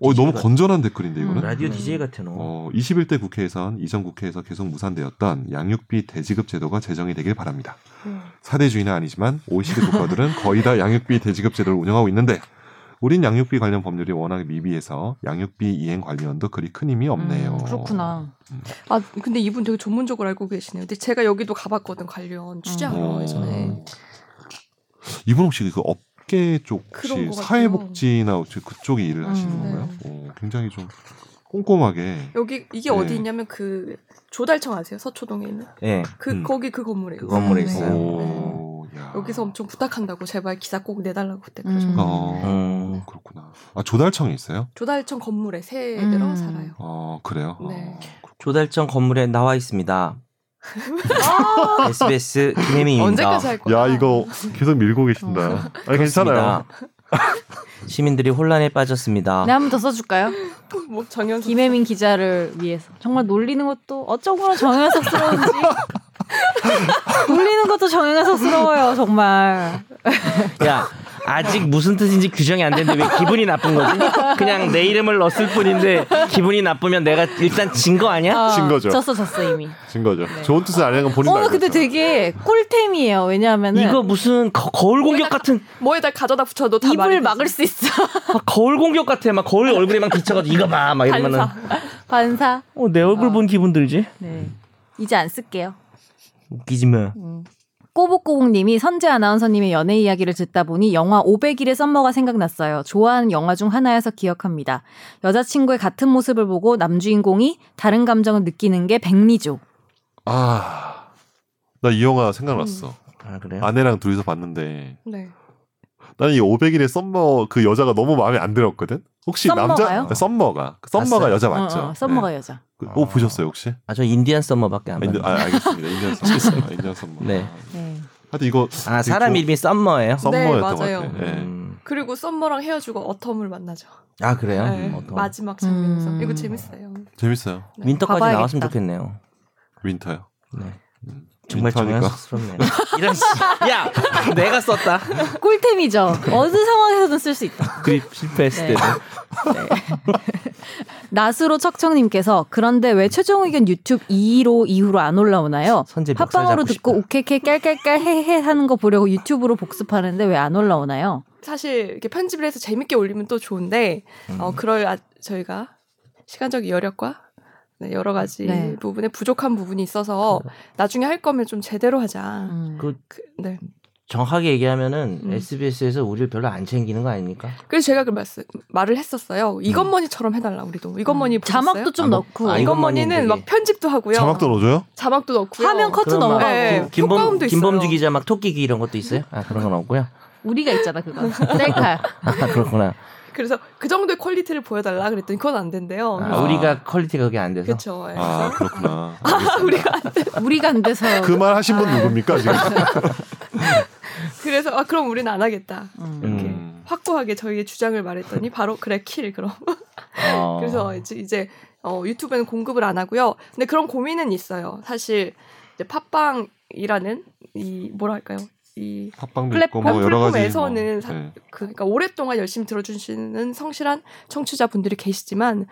S4: 어,
S2: 음,
S4: 너무 건전한 댓글인데 이거는.
S3: 음.
S2: 그렇죠. 라디오 DJ 같아 너.
S4: 어, 21대 국회에선 이전 국회에서 계속 무산되었던 양육비 대지급 제도가 제정이 되길 바랍니다.
S1: 음.
S4: 사대주의는 아니지만 OECD 국가들은 거의 다 양육비 대지급 제도를 운영하고 있는데 우린 양육비 관련 법률이 워낙 미비해서 양육비 이행 관련도 그리 큰 힘이 없네요.
S3: 음, 그렇구나
S1: 아 근데 이분 되게 전문적으로 알고 계시네요. 근데 제가 여기도 가봤거든 관련
S4: 어.
S1: 취재하러 네. 예전에.
S4: 이분 혹시 그 업계 쪽
S1: 그런 것
S4: 혹시
S1: 같아요.
S4: 사회복지나 혹시 그쪽에 일을 하시는
S3: 음.
S1: 네.
S4: 건가요? 어, 굉장히 좀 꼼꼼하게
S1: 여기 이게
S4: 네.
S1: 어디 있냐면 그 조달청 아세요? 서초동에 있는
S2: 예.
S1: 그
S4: 음.
S1: 거기 그 건물에
S2: 그
S1: 있어요. 네.
S2: 건물에
S3: 네.
S2: 있어요.
S4: 오, 야.
S1: 여기서 엄청 부탁한다고 제발 기사 꼭 내달라고 그때
S3: 음.
S1: 그러셨어요.
S4: 어,
S2: 음.
S4: 그렇구나. 아 조달청이 있어요?
S1: 조달청 건물에 새들어
S3: 음.
S1: 살아요.
S4: 어 그래요.
S1: 네.
S4: 어,
S2: 조달청 건물에 나와 있습니다. SBS 김혜민입니다.
S1: 아. 언제까지 할 거야?
S4: 야 이거
S1: 아.
S4: 계속 밀고
S1: 어.
S4: 계신다. 아니 괜찮아요.
S2: 그렇습니다. 시민들이 혼란에 빠졌습니다.
S3: 네, 한 번 더 써줄까요?
S1: 뭐 정연석
S3: 김혜민 기자를 위해서 정말 놀리는 것도 어쩌고나 정영석스러운지 놀리는 것도 정영석스러워요 정말
S2: 야, 아직 무슨 뜻인지 규정이 안 되는데 왜 기분이 나쁜 거지? 그냥 내 이름을 넣었을 뿐인데 기분이 나쁘면 내가 일단 진 거 아니야?
S3: 아,
S4: 진 거죠.
S3: 졌어 졌어 이미.
S4: 진 거죠. 좋은 뜻을 안 하는 건 본인도
S3: 오늘
S4: 알고
S3: 근데
S4: 있잖아.
S3: 되게 꿀템이에요.
S1: 네.
S3: 왜냐하면은
S2: 이거 무슨 거, 거울 공격 같은
S1: 뭐에다 가져다 붙여도 다 말이
S3: 입을
S1: 되지.
S3: 막을 수 있어.
S2: 아, 거울 공격 같아. 막 거울 얼굴에 막 비쳐가지고 이거 봐. 막 이러면은
S3: 반사. 반사.
S2: 어, 내 얼굴
S1: 아.
S2: 본 기분 들지?
S3: 네. 이제 안 쓸게요.
S2: 웃기지 마.
S1: 음.
S3: 꼬북꼬북님이 선재 아나운서님의 연애 이야기를 듣다 보니 영화 500일의 썸머가 생각났어요. 좋아하는 영화 중 하나여서 기억합니다. 여자친구의 같은 모습을 보고 남주인공이 다른 감정을 느끼는 게 백리죠.
S4: 아, 나 이 영화
S1: 음,
S4: 생각났어.
S2: 아 그래요?
S4: 아내랑 둘이서 봤는데
S1: 네.
S4: 나는 이 500일의 썸머 그 여자가 너무 마음에 안 들었거든. 혹시
S3: 썸머가요?
S4: 남자 썸머가 그 썸머가
S2: 봤어요.
S4: 여자 맞죠?
S3: 어, 어, 썸머가 여자.
S4: 네. 그- 어, 보셨어요 혹시?
S2: 아 저 인디안 썸머밖에 안
S4: 아, 인디-
S2: 봤는데.
S4: 아, 알겠습니다. 인디언 썸머. 인디언 썸머.
S2: 네.
S3: 네.
S4: 하여튼 이거
S2: 아 사람 이름이 썸머예요.
S4: 썸머였던
S1: 네,
S4: 것
S1: 맞아요.
S4: 같아. 예.
S2: 음.
S1: 그리고 썸머랑 헤어지고 어텀을 만나죠.
S2: 아 그래요?
S1: 네,
S2: 음, 어떤-
S1: 마지막 장면에서
S3: 음.
S1: 이거 재밌어요.
S4: 재밌어요.
S2: 윈터까지
S3: 봐봐야겠다.
S2: 나왔으면 좋겠네요.
S4: 윈터요.
S2: 네.
S4: 음,
S2: 정말
S4: 윈터니까.
S2: 정연스럽네요. 이런 씨- 야 내가 썼다.
S3: 꿀템이죠. 어느 상황에서든 쓸 수 있다.
S2: 그립 실패했을
S3: 네.
S2: 때는
S3: 나스로 척척님께서 그런데 왜 최종 의견 유튜브 2로 이후로 안 올라오나요?
S2: 선제 멱살
S3: 팟빵으로
S2: 네, 잡고
S3: 듣고
S2: 싶다.
S3: 우케케 깔깔깔 헤헤 하는 거 보려고 유튜브로 복습하는데 왜 안 올라오나요?
S1: 사실 이렇게 편집을 해서 재밌게 올리면 또 좋은데
S2: 음.
S1: 어, 그럴 아- 저희가 시간적 여력과 네, 여러 가지
S3: 네.
S1: 부분에 부족한 부분이 있어서
S2: 음.
S1: 나중에 할 거면 좀 제대로 하자.
S3: 음.
S2: 그-
S1: 그, 네.
S2: 정확하게 얘기하면은
S1: 음.
S2: SBS에서 우리를 별로 안 챙기는 거 아닙니까?
S1: 그래서 제가 그 말씀, 말을 했었어요. 이것머니처럼 해달라 우리도. 이것머니 보셨어요?
S3: 음. 자막도 좀
S2: 아, 뭐-
S3: 넣고
S2: 아, 이거-
S1: 이것머니는
S2: 이것머니는
S1: 막 편집도 하고요.
S4: 자막도 넣어줘요?
S1: 자막도 넣고요.
S3: 화면 커트
S2: 그럼 막
S3: 넘어가고
S1: 네.
S2: 김범
S1: 효과음도 있어요. 네.
S2: 김범주 기자 막 토끼기 이런 것도 있어요? 아 그런 건 없고요.
S3: 우리가 있잖아 그거 셀카
S2: 아 그렇구나.
S1: 그래서 그 정도의 퀄리티를 보여달라 그랬더니 어, 그건 안 된대요.
S2: 아, 우리가 퀄리티가 그게 안 돼서.
S1: 그렇죠.
S4: 아 그렇구나.
S1: 우리가 아.
S3: 우리가 안 돼서
S4: 그 말 하신 분 누굽니까 지금?
S1: 그래서 아 그럼 우리는 안 하겠다.
S3: 음.
S2: 음.
S4: 음.
S1: 확고하게 저희의 주장을 말했더니 바로 그래 킬 그럼.
S2: 어.
S1: 그래서 이제, 이제 어, 유튜브에는 공급을 안 하고요. 근데 그런 고민은 있어요. 사실 이제 팟빵이라는 이 뭐랄까요? 이
S4: 팟빵도 있고
S1: 플랫폼,
S4: 뭐 여러 가지.
S1: 플랫폼에서는
S4: 뭐.
S1: 사-
S4: 네.
S1: 그- 그러니까 오랫동안 열심히 들어주시는 성실한 청취자분들이 계시지만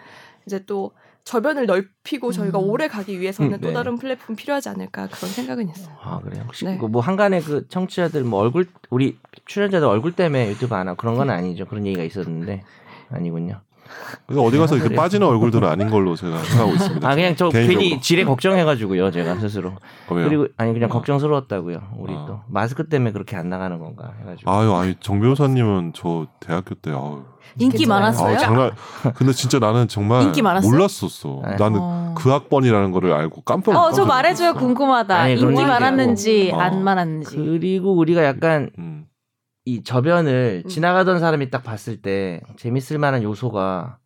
S1: 이제 또 저변을 넓히고 저희가
S3: 음.
S1: 오래 가기 위해서는
S2: 음,
S1: 또
S2: 네.
S1: 다른 플랫폼 필요하지 않을까 그런 생각은 있어요.
S2: 아 그래요. 혹시
S1: 네.
S2: 그뭐 한간에 그 청취자들 뭐 얼굴 우리 출연자들 얼굴 때문에 유튜브 안 하고 그런 건 아니죠. 그런 얘기가 있었는데 아니군요.
S4: 그래서 어디 가서 이렇게
S2: 그래요?
S4: 빠지는 얼굴들은 아닌 걸로 제가 생각하고 있습니다.
S2: 아 그냥 저
S4: 그렇죠. 개인적으로.
S2: 괜히 지레 걱정해가지고요 제가 스스로.
S4: 어, 왜요?
S2: 그리고 아니 그냥
S4: 어.
S2: 걱정스러웠다고요. 우리
S4: 아.
S2: 또 마스크 때문에 그렇게 안 나가는 건가 해가지고.
S4: 아유, 아유, 정 변호사님은 저 대학교 때 아우,
S3: 인기
S1: 괜찮아요.
S4: 아우
S3: 많았어요.
S4: 장난. 근데 진짜 나는 정말
S3: 인기 많았어요?
S4: 몰랐었어.
S2: 네.
S4: 나는
S3: 어.
S4: 그 학번이라는 거를 알고
S3: 어,
S4: 깜짝 놀랐어.
S3: 저 말해줘요. 궁금하다.
S2: 아니, 그런
S3: 인기
S2: 얘기하고.
S3: 많았는지
S4: 어.
S3: 안 많았는지.
S2: 그리고 우리가 약간
S4: 음.
S2: 이 저변을
S1: 음.
S2: 지나가던 사람이 딱 봤을 때 재밌을 만한 요소가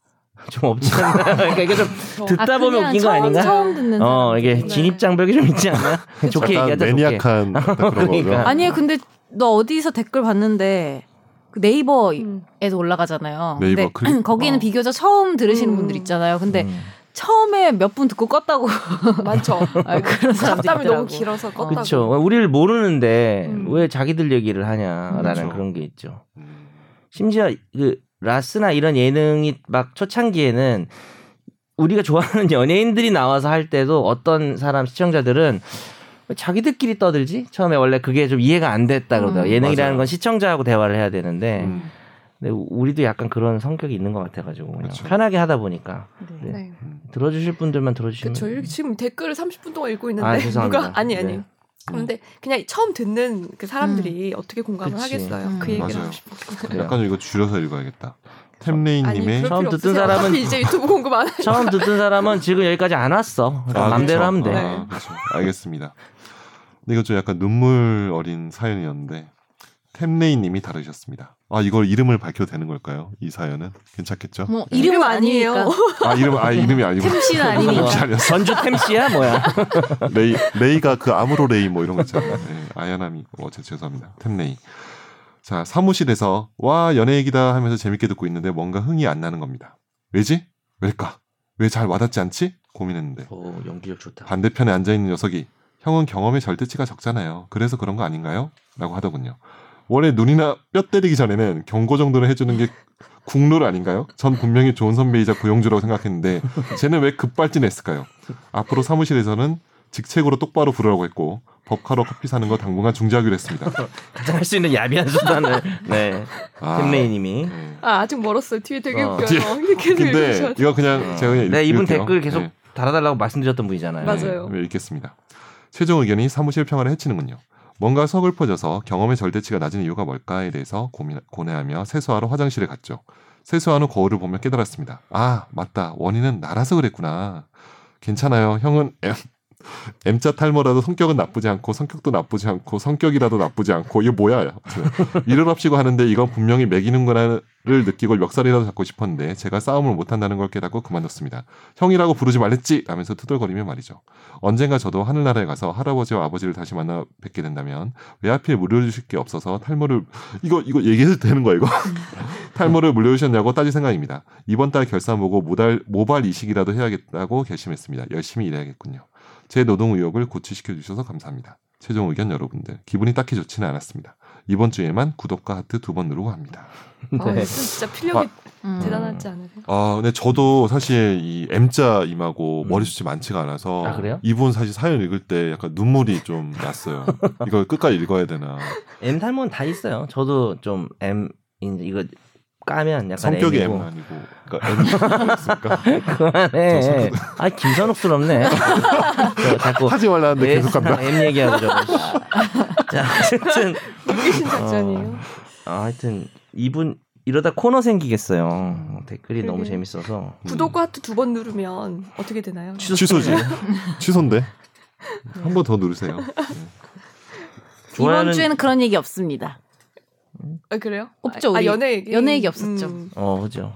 S2: 좀 없지 않나. 그러니까 이게 좀 듣다
S3: 아,
S2: 보면
S3: 그냥
S2: 웃긴 거
S3: 처음,
S2: 아닌가?
S3: 처음 듣는
S2: 어
S3: 사람들.
S2: 이게
S1: 네.
S2: 진입 장벽이 좀 있지 않나? 그 좋게
S4: 약간
S2: 얘기하자 좋게.
S4: 매니악한 약간 그런
S2: 그러니까.
S4: 거죠.
S3: 아니에요. 근데 너 어디서 댓글 봤는데 그 네이버에서
S1: 음.
S3: 올라가잖아요.
S4: 네이버
S3: 근데
S4: 클릭?
S3: 거기는
S4: 어.
S3: 비교적 처음 들으시는
S1: 음.
S3: 분들 있잖아요. 근데
S2: 음.
S3: 처음에 몇 분 듣고 껐다고
S1: 음. 많죠.
S3: 아, 그런 사람들
S1: 잡담이 너무
S3: 있더라고.
S1: 길어서 껐다고.
S2: 그렇죠. 우리를 모르는데
S1: 아, 음.
S2: 왜 자기들 얘기를 하냐라는
S4: 그렇죠.
S2: 그런게 있죠.
S4: 음.
S2: 심지어 그 라스나 이런 예능이 막 초창기에는 우리가 좋아하는 연예인들이 나와서 할 때도 어떤 사람 시청자들은 왜 자기들끼리 떠들지? 처음에 원래 그게 좀 이해가 안 됐다 그러다. 가
S3: 음.
S2: 예능이라는
S4: 맞아요.
S2: 건 시청자하고 대화를 해야 되는데
S4: 음.
S2: 근데 우리도 약간 그런 성격이 있는 것 같아가지고 그냥
S4: 그렇죠.
S2: 편하게 하다 보니까
S3: 네.
S1: 네.
S2: 음. 들어주실 분들만 들어주시면
S1: 그렇죠. 이렇게 지금 댓글을 30분 동안 읽고 있는데
S2: 아, 죄송합니다.
S1: 누가 아니 아니.
S2: 네.
S1: 근데 그냥 처음 듣는 그 사람들이 어떻게 공감을
S2: 음. 그치.
S1: 하겠어요.
S3: 음.
S1: 그 얘기를
S4: 맞아요.
S1: 하고 싶어.
S2: 그래요.
S4: 약간 이거 줄여서 읽어야겠다. 템레인님의
S2: 그럴- 처음 듣던
S1: 없으세요.
S2: 사람은-
S1: 어차피 이제 유튜브 공급 안 해.
S2: 처음 듣던 사람은 지금 여기까지 안 왔어. 그러니까 맘대로
S4: 그렇죠.
S2: 하면 돼.
S1: 네.
S4: 아, 그렇죠. 알겠습니다. 근데 이거 좀 약간 눈물 어린 사연이었는데 템레이님이 다루셨습니다. 아 이걸 이름을 밝혀도 되는 걸까요? 이 사연은 괜찮겠죠?
S3: 뭐 이름
S1: 이름
S3: 아니에요.
S1: 아니에요.
S4: 아 이름 아 이름이 아니고
S3: 템씨는
S2: 뭐야?
S3: 아니니까.
S2: 전주 템씨야 뭐야?
S4: 레이 레이가 그 아무로 레이 뭐 이런 거 있잖아요. 네, 아야나미 어제 죄송합니다. 템레이. 자 사무실에서 와 연애 얘기다 하면서 재밌게 듣고 있는데 뭔가 흥이 안 나는 겁니다. 왜지? 왜일까? 왜 잘 와닿지 않지? 고민했는데
S2: 오 연기력 좋다.
S4: 반대편에 앉아 있는 녀석이 형은 경험의 절대치가 적잖아요. 그래서 그런 거 아닌가요? 라고 하더군요. 원래 눈이나 뼈 때리기 전에는 경고 정도는 해주는 게 국룰 아닌가요? 전 분명히 좋은 선배이자 고용주라고 생각했는데 쟤는 왜 급발진했을까요? 앞으로 사무실에서는 직책으로 똑바로 부르라고 했고 법카로 커피 사는 거 당분간 중지하기로 했습니다.
S2: 가장 할 수 있는 야비한 수단을 네
S4: 아,
S2: 김레이님이
S4: 네.
S1: 아, 아직 멀었어요. 뒤에 되게
S2: 어.
S1: 웃겨요. 이렇게
S4: 근데
S1: 읽으셔도.
S4: 이거 그냥 제가 그냥 읽-
S2: 네 이분
S4: 읽을게요.
S2: 댓글 계속
S4: 네.
S2: 달아달라고 말씀드렸던 분이잖아요.
S1: 맞아요.
S4: 네, 읽겠습니다. 최종 의견이 사무실 평화를 해치는군요. 뭔가 서글퍼져서 경험의 절대치가 낮은 이유가 뭘까에 대해서 고민, 고뇌하며 세수하러 화장실에 갔죠. 세수한 후 거울을 보며 깨달았습니다. 아 맞다 원인은 나라서 그랬구나. 괜찮아요 형은 M, M자 탈모라도 성격은 나쁘지 않고 성격도 나쁘지 않고 성격이라도 나쁘지 않고 이게 뭐야 일을 없이고 하는데 이건 분명히 매기는구나를 느끼고 멱살이라도 잡고 싶었는데 제가 싸움을 못한다는 걸 깨닫고 그만뒀습니다. 형이라고 부르지 말랬지 하면서 투덜거리며 말이죠. 언젠가 저도 하늘나라에 가서 할아버지와 아버지를 다시 만나 뵙게 된다면 왜 하필 물려주실 게 없어서 탈모를 이거 이거 얘기해도 되는 거야 이거 탈모를 물려주셨냐고 따질 생각입니다. 이번 달 결산 보고 모발 모발 이식이라도 해야겠다고 결심했습니다. 열심히 일해야겠군요. 제 노동 의욕을 고취시켜 주셔서 감사합니다. 최종 의견 여러분들 기분이 딱히 좋지는 않았습니다. 이번 주에만 구독과 하트 두 번 누르고 합니다.
S1: 아,
S2: 네.
S1: 진짜 필력이
S3: 음.
S1: 대단하지 않으세요?
S4: 아, 근데 저도 사실 이 M자 임하고
S2: 음.
S4: 머리숱이 많지가 않아서
S2: 아, 그래요?
S4: 이분 사실 사연 읽을 때 약간 눈물이 좀 났어요. 이걸 끝까지 읽어야 되나?
S2: M 탈모는 다 있어요. 저도 좀 M 이제 이거 까면 약간
S4: 성격이
S2: M이고.
S4: M 아니고 그러니까 M 있습니까? 저
S2: 그만해.
S4: 성격-
S2: 아 김선욱스럽네. 저 자꾸
S4: 하지 말라는데
S2: 내
S4: 계속 간다.
S2: 세상 M 얘기하고 저거. 자 하여튼
S1: 웃기신 작전이에요.
S4: 음.
S2: 아, 하여튼 이분 이러다 코너 생기겠어요. 댓글이 너무
S1: 그러게요.
S2: 재밌어서.
S1: 구독과 하트 두 번 누르면 어떻게 되나요? 네.
S4: 취소지. 취소인데. 한 번 더 누르세요. 네.
S2: 좋아요는-
S3: 이번 주에는 그런 얘기 없습니다.
S1: 아, 그래요?
S3: 없죠,
S1: 아,
S3: 우리.
S1: 연애 얘기. 음.
S3: 연애 얘기 없었죠.
S2: 어 그죠.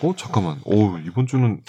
S4: 어 잠깐만. 오 이번 주는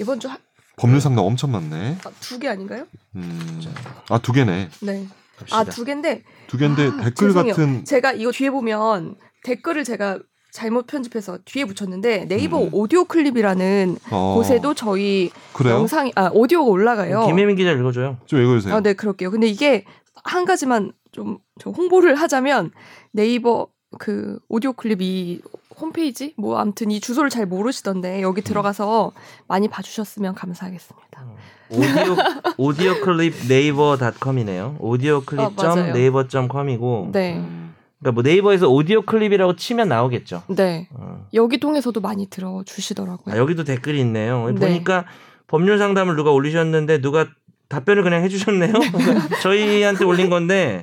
S1: 이번 주
S4: 법률 상담 엄청 많네.
S1: 두 개 아닌가요?
S4: 음. 아두 개네.
S1: 네.
S2: 갑시다.
S1: 아, 두 개인데
S4: 두 개인데
S1: 아,
S4: 댓글
S1: 죄송해요.
S4: 같은
S1: 제가 이거 뒤에 보면 댓글을 제가 잘못 편집해서 뒤에 붙였는데 네이버
S4: 음.
S1: 오디오 클립이라는
S4: 어,
S1: 곳에도 저희
S4: 그래요?
S1: 영상이 아 오디오가 올라가요.
S2: 음, 김혜민 기자 읽어줘요.
S4: 좀 읽어주세요.
S1: 아, 네, 그럴게요. 근데 이게 한 가지만 좀, 좀 홍보를 하자면 네이버 그 오디오 클립 이 홈페이지 뭐 아무튼 이 주소를 잘 모르시던데
S2: 음.
S1: 여기 들어가서 많이 봐주셨으면 감사하겠습니다.
S2: 오디오 오디오 클립 네이버닷컴이네요. 오디오 클립
S1: 아,
S2: 점
S1: 맞아요.
S2: 네이버 컴이고.
S1: 네,
S4: 음.
S2: 그러니까 뭐 네이버에서 오디오 클립이라고 치면 나오겠죠.
S1: 네
S2: 어.
S1: 여기 통해서도 많이 들어주시더라고요.
S2: 아, 여기도 댓글이 있네요.
S1: 네.
S2: 보니까 법률 상담을 누가 올리셨는데 누가 답변을 그냥 해주셨네요. 저희한테 올린 건데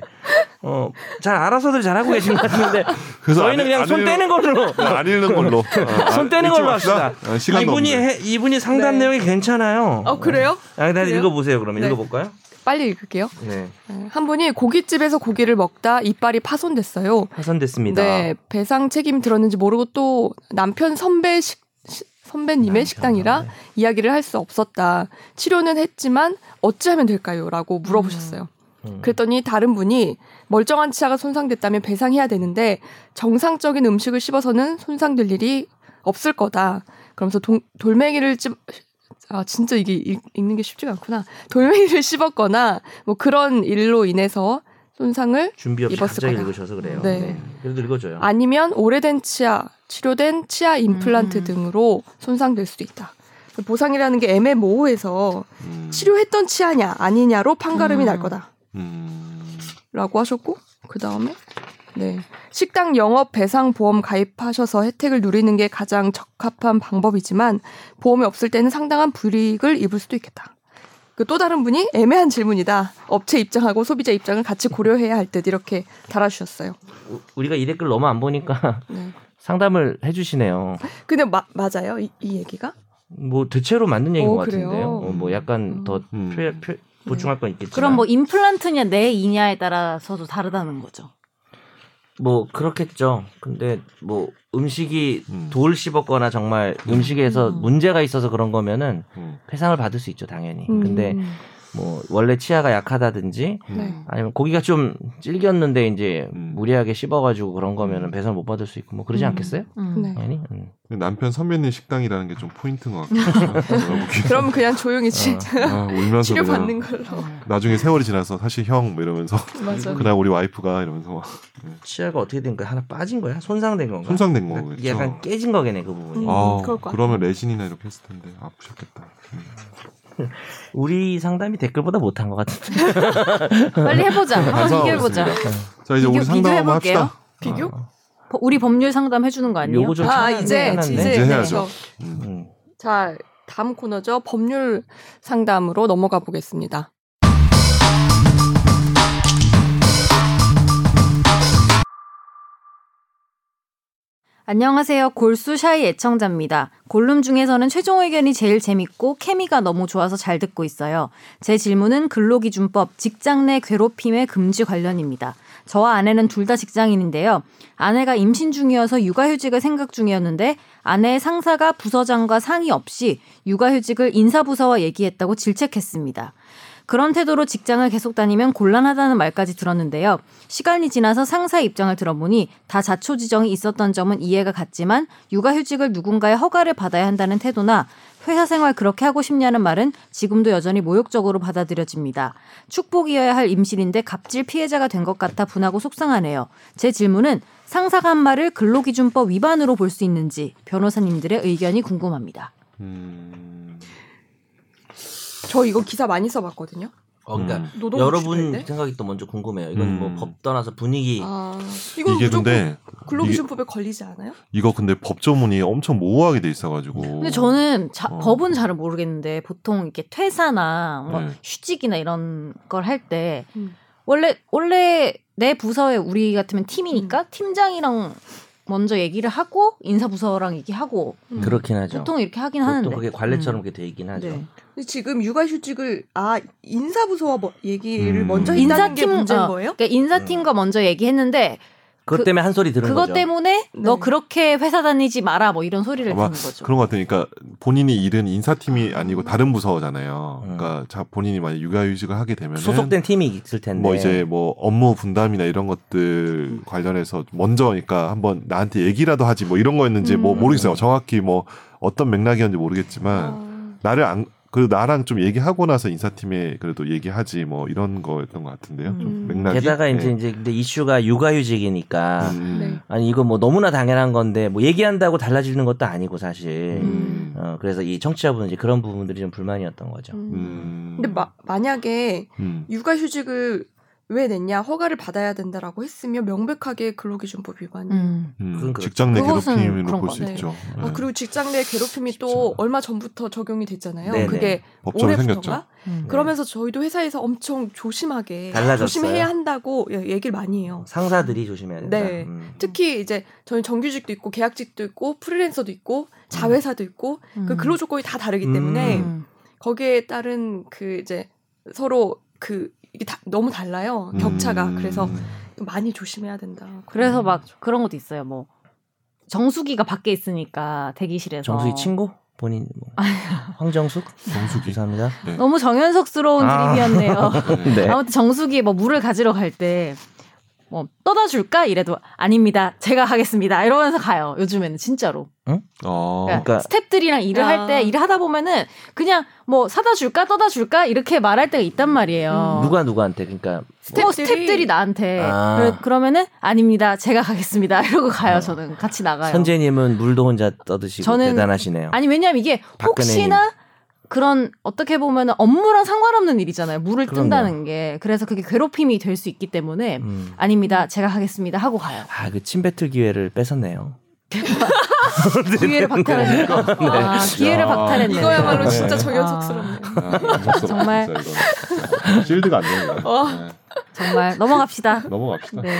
S2: 어, 잘 알아서들 잘하고 계신 것 같은데
S4: 그래서
S2: 저희는
S4: 안-
S2: 그냥
S4: 안
S2: 손
S4: 읽-
S2: 떼는 걸로
S4: 안 읽는 걸로. 아,
S2: 손 떼는
S4: 읽지
S2: 걸로
S4: 맙시다.
S2: 합시다.
S4: 아, 시간도
S2: 이분이
S4: 없는데.
S2: 해- 이분이
S1: 네.
S2: 상담 내용이 괜찮아요.
S1: 어 그래요?
S2: 아, 일단
S1: 그래요?
S2: 읽어보세요. 그러면
S1: 네.
S2: 읽어볼까요?
S1: 빨리 읽을게요.
S2: 네,
S1: 네, 한 분이 고깃집에서 고기를 먹다 이빨이 파손됐어요.
S2: 파손됐습니다.
S1: 네, 배상 책임 들었는지 모르고 또 남편 선배 식, 시- 선배님의 식당이라
S2: 남편한테.
S1: 이야기를 할 수 없었다. 치료는 했지만 어찌하면 될까요? 라고 물어보셨어요.
S2: 음.
S1: 그랬더니 다른 분이 멀쩡한 치아가 손상됐다면 배상해야 되는데 정상적인 음식을 씹어서는 손상될 일이 없을 거다. 그러면서 동- 돌멩이를 찝, 아, 진짜 이게 읽, 는게 쉽지가 않구나. 돌멩이를 씹었거나 뭐 그런 일로 인해서 손상을
S2: 준비 없이
S1: 입었을
S2: 갑자기
S1: 거다.
S2: 읽으셔서 그래요.
S1: 네.
S2: 그래도 읽어줘요.
S1: 아니면 오래된 치아, 치료된 치아 임플란트
S3: 음.
S1: 등으로 손상될 수도 있다. 보상이라는 게 애매모호해서
S4: 음.
S1: 치료했던 치아냐 아니냐로 판가름이
S3: 음.
S1: 날 거다라고
S4: 음.
S1: 하셨고 그 다음에 네 식당 영업 배상 보험 가입하셔서 혜택을 누리는 게 가장 적합한 방법이지만 보험이 없을 때는 상당한 불이익을 입을 수도 있겠다. 그 또 다른 분이 애매한 질문이다. 업체 입장하고 소비자 입장을 같이 고려해야 할 듯 이렇게 달아주셨어요.
S2: 우- 우리가 이 댓글 너무 안 보니까
S1: 네.
S2: 상담을 해주시네요.
S1: 근데 마- 맞아요 이, 이 얘기가?
S2: 뭐 대체로 맞는 얘기인
S1: 어,
S2: 것 같은데요.
S1: 그래요?
S2: 어, 뭐 약간
S1: 음.
S2: 더
S4: 음.
S2: 표, 표, 보충할 건 있겠지만.
S3: 그럼 뭐 임플란트냐 내이냐에 따라서도 다르다는 거죠.
S2: 뭐 그렇겠죠. 근데 뭐 음식이
S4: 음.
S2: 돌 씹었거나 정말 음식에서
S3: 음.
S2: 문제가 있어서 그런 거면은
S4: 음.
S3: 음.
S1: 음.
S2: 배상을 받을 수 있죠, 당연히. 근데 뭐 원래 치아가 약하다든지
S1: 네.
S2: 아니면 고기가 좀 질겼는데 이제
S4: 음.
S2: 무리하게 씹어가지고 그런
S1: 음.
S2: 거면은 배상 못 받을 수 있고 뭐 그러지
S3: 음.
S2: 않겠어요?
S3: 음.
S1: 네.
S2: 당연히. 음.
S4: 근데 남편 선배님 식당이라는 게 좀 포인트인 것 같아요.
S1: 그럼 그냥 조용히 치,
S4: 아, 울면서
S1: 치료
S4: 그냥
S1: 받는 걸로.
S3: 음.
S4: 나중에 세월이 지나서 사실 형 뭐 이러면서
S1: 맞아.
S4: 그날 우리 와이프가 이러면서 막
S2: 치아가 어떻게 된 거야? 하나 빠진 거야? 손상된 건가? 그러니까
S4: 손상된 거겠죠.
S2: 이게 약간 깨진 거겠네 그 부분이.
S1: 음.
S4: 아,
S1: 그럴 것
S4: 그러면 레진이나 이렇게 했을 텐데 아프셨겠다. 음.
S2: 우리 상담이 댓글보다 못한 것 같은데.
S3: 빨리 해보자. 아, 한번 비교해보자.
S4: 아, 반성하겠습니다. 네. 자 이제
S3: 비교-
S4: 우리 상담 한번
S3: 비교해볼게요.
S4: 합시다.
S1: 비교?
S3: 버- 우리 법률 상담 해주는 거 아니에요?
S2: 요거 좀
S1: 아
S2: 찾아내야
S1: 이제 이제
S2: 되는데.
S4: 이제
S1: 네,
S4: 해야죠.
S1: 저-
S4: 음.
S2: 음.
S1: 자 다음 코너죠 법률 상담으로 넘어가 보겠습니다.
S3: 안녕하세요. 골수샤이 애청자입니다. 골룸 중에서는 최종 의견이 제일 재밌고 케미가 너무 좋아서 잘 듣고 있어요. 제 질문은 근로기준법 직장 내 괴롭힘의 금지 관련입니다. 저와 아내는 둘 다 직장인인데요. 아내가 임신 중이어서 육아휴직을 생각 중이었는데 아내의 상사가 부서장과 상의 없이 육아휴직을 인사부서와 얘기했다고 질책했습니다. 그런 태도로 직장을 계속 다니면 곤란하다는 말까지 들었는데요. 시간이 지나서 상사 입장을 들어보니 다 자초지정이 있었던 점은 이해가 갔지만 육아휴직을 누군가의 허가를 받아야 한다는 태도나 회사 생활 그렇게 하고 싶냐는 말은 지금도 여전히 모욕적으로 받아들여집니다. 축복이어야 할 임신인데 갑질 피해자가 된 것 같아 분하고 속상하네요. 제 질문은 상사가 한 말을 근로기준법 위반으로 볼 수 있는지 변호사님들의 의견이 궁금합니다.
S4: 음.
S1: 저 이거 기사 많이 써봤거든요.
S2: 어, 그러니까
S3: 음.
S1: 노동
S2: 여러분 생각이 또 먼저 궁금해요. 이건
S4: 음.
S2: 뭐 법 떠나서 분위기.
S1: 아 이거
S4: 이게
S1: 무조건
S4: 근데
S1: 근로기준법에 걸리지 않아요?
S4: 이거 근데 법조문이 엄청 모호하게 돼 있어가지고.
S3: 근데 저는 자-
S4: 어.
S3: 법은 잘 모르겠는데 보통 이렇게 퇴사나 뭔가
S2: 음.
S4: 네.
S3: 휴직이나 이런 걸 할 때
S1: 음.
S3: 원래 원래 내 부서에 우리 같으면 팀이니까 팀장이랑 먼저 얘기를 하고 인사 부서랑 얘기하고
S1: 음.
S2: 그렇긴 하죠.
S3: 보통 이렇게 하긴
S2: 보통
S3: 하는데
S2: 그게 관례처럼
S3: 음.
S2: 그렇게 돼 있긴 하죠.
S3: 네.
S1: 근데 지금 육아휴직을 아 인사부서와 뭐 얘기를
S4: 음.
S1: 먼저 했다는 게
S3: 인사팀,
S1: 문제인
S3: 어.
S1: 거예요?
S3: 그러니까 인사팀과 먼저 얘기했는데
S2: 음. 그것
S3: 그-
S2: 때문에 한 소리 들은
S3: 그것
S2: 거죠.
S3: 때문에 너
S1: 네.
S3: 그렇게 회사 다니지 마라 뭐 이런 소리를
S4: 아마
S3: 듣는 거죠.
S2: 그렇죠.
S4: 그런 것 같으니까 본인이 일은 인사팀이 아니고 다른 부서잖아요.
S1: 네.
S2: 음.
S4: 그러니까 자 본인이 만약 육아휴직을 하게 되면
S2: 소속된 팀이 있을 텐데.
S4: 뭐 이제 뭐 업무 분담이나 이런 것들 관련해서 먼저 그러니까 한번 나한테 얘기라도 하지 뭐 이런 거였는지 뭐
S1: 음.
S4: 모르겠어요. 정확히 뭐 어떤 맥락이었는지 모르겠지만
S1: 아,
S4: 나를 안 그래도 나랑 좀 얘기하고 나서 인사팀에 그래도 얘기하지 뭐 이런 거였던 것 같은데요.
S1: 음.
S4: 좀 맥락이
S2: 게다가 이제
S4: 네.
S2: 이제 근데 이슈가 육아휴직이니까
S4: 음.
S1: 네.
S2: 아니 이거 뭐 너무나 당연한 건데 뭐 얘기한다고 달라지는 것도 아니고 사실.
S4: 음.
S2: 어 그래서 이 청취자분은 이제 그런 부분들이 좀 불만이었던 거죠.
S1: 음.
S4: 음.
S1: 근데 마- 만약에
S4: 음.
S1: 육아휴직을 왜 냈냐 허가를 받아야 된다라고 했으면 명백하게 근로기준법 위반이
S3: 음.
S4: 음.
S2: 그건 그렇죠.
S4: 직장 내
S3: 그것은
S4: 괴롭힘으로
S3: 그런
S4: 볼 수
S1: 것 같아요.
S4: 있죠. 네.
S1: 아, 그리고 직장 내 괴롭힘이 또
S2: 쉽잖아.
S1: 얼마 전부터 적용이 됐잖아요.
S2: 네네.
S1: 그게
S4: 법적으로 생겼죠.
S1: 올해부터인가?
S3: 음.
S1: 그러면서 저희도 회사에서 엄청 조심하게
S2: 네. 달라졌어요.
S1: 조심해야 한다고 예, 얘기를 많이 해요.
S2: 상사들이 조심해야 된다.
S1: 네.
S2: 음.
S1: 특히 이제 저희 정규직도 있고 계약직도 있고 프리랜서도 있고
S2: 음.
S1: 자회사도 있고
S3: 음.
S1: 그 근로 조건이 다 다르기 때문에
S3: 음.
S1: 거기에 따른 그 이제 서로 그 이게 다 너무 달라요 격차가
S4: 음.
S1: 그래서 많이 조심해야 된다.
S3: 그래서 막 그런 것도 있어요. 뭐 정수기가 밖에 있으니까 대기실에서
S1: 어.
S2: 정수희 친구? 본인 뭐. 황정숙?
S4: 정수기.
S2: 죄송합니다.
S3: 너무 정연석스러운
S2: 아.
S3: 드립이었네요.
S2: 네.
S3: 아무튼 정수기 뭐 물을 가지러 갈 때 뭐 떠다 줄까 이래도 아닙니다. 제가 하겠습니다. 이러면서 가요. 요즘에는 진짜로.
S4: 어.
S1: 네.
S3: 그러니까
S2: 그러니까
S3: 스탭들이랑 일을
S1: 아.
S3: 할 때 일을 하다 보면은 그냥 뭐 사다 줄까 떠다 줄까 이렇게 말할 때가 있단 말이에요.
S1: 어.
S2: 누가 누구한테 그러니까
S3: 뭐 음, 스탭들이 나한테
S2: 아.
S3: 그래- 그러면은 아닙니다. 제가 가겠습니다. 이러고 가요.
S2: 어.
S3: 저는 같이 나가요.
S2: 선재님은 물도 혼자 떠드시고
S3: 저는-
S2: 대단하시네요.
S3: 아니 왜냐면 이게
S2: 박근혜님.
S3: 혹시나 그런 어떻게 보면 업무랑 상관없는 일이잖아요. 물을
S2: 그럼요.
S3: 뜬다는 게 그래서 그게 괴롭힘이 될 수 있기 때문에
S2: 음.
S3: 아닙니다. 제가 하겠습니다. 하고 가요.
S2: 아, 그 침뱉을 기회를 뺏었네요.
S3: 기회를 박탈했네요. 아, 기회를
S4: 야.
S3: 박탈했네요.
S1: 이거야말로 진짜
S2: 아.
S4: 네.
S1: 정연석스럽네요.
S3: 정말.
S4: 아, 실드가 안 되는 거
S1: 어.
S3: 정말 넘어갑시다.
S4: 넘어갑시다.
S3: 네.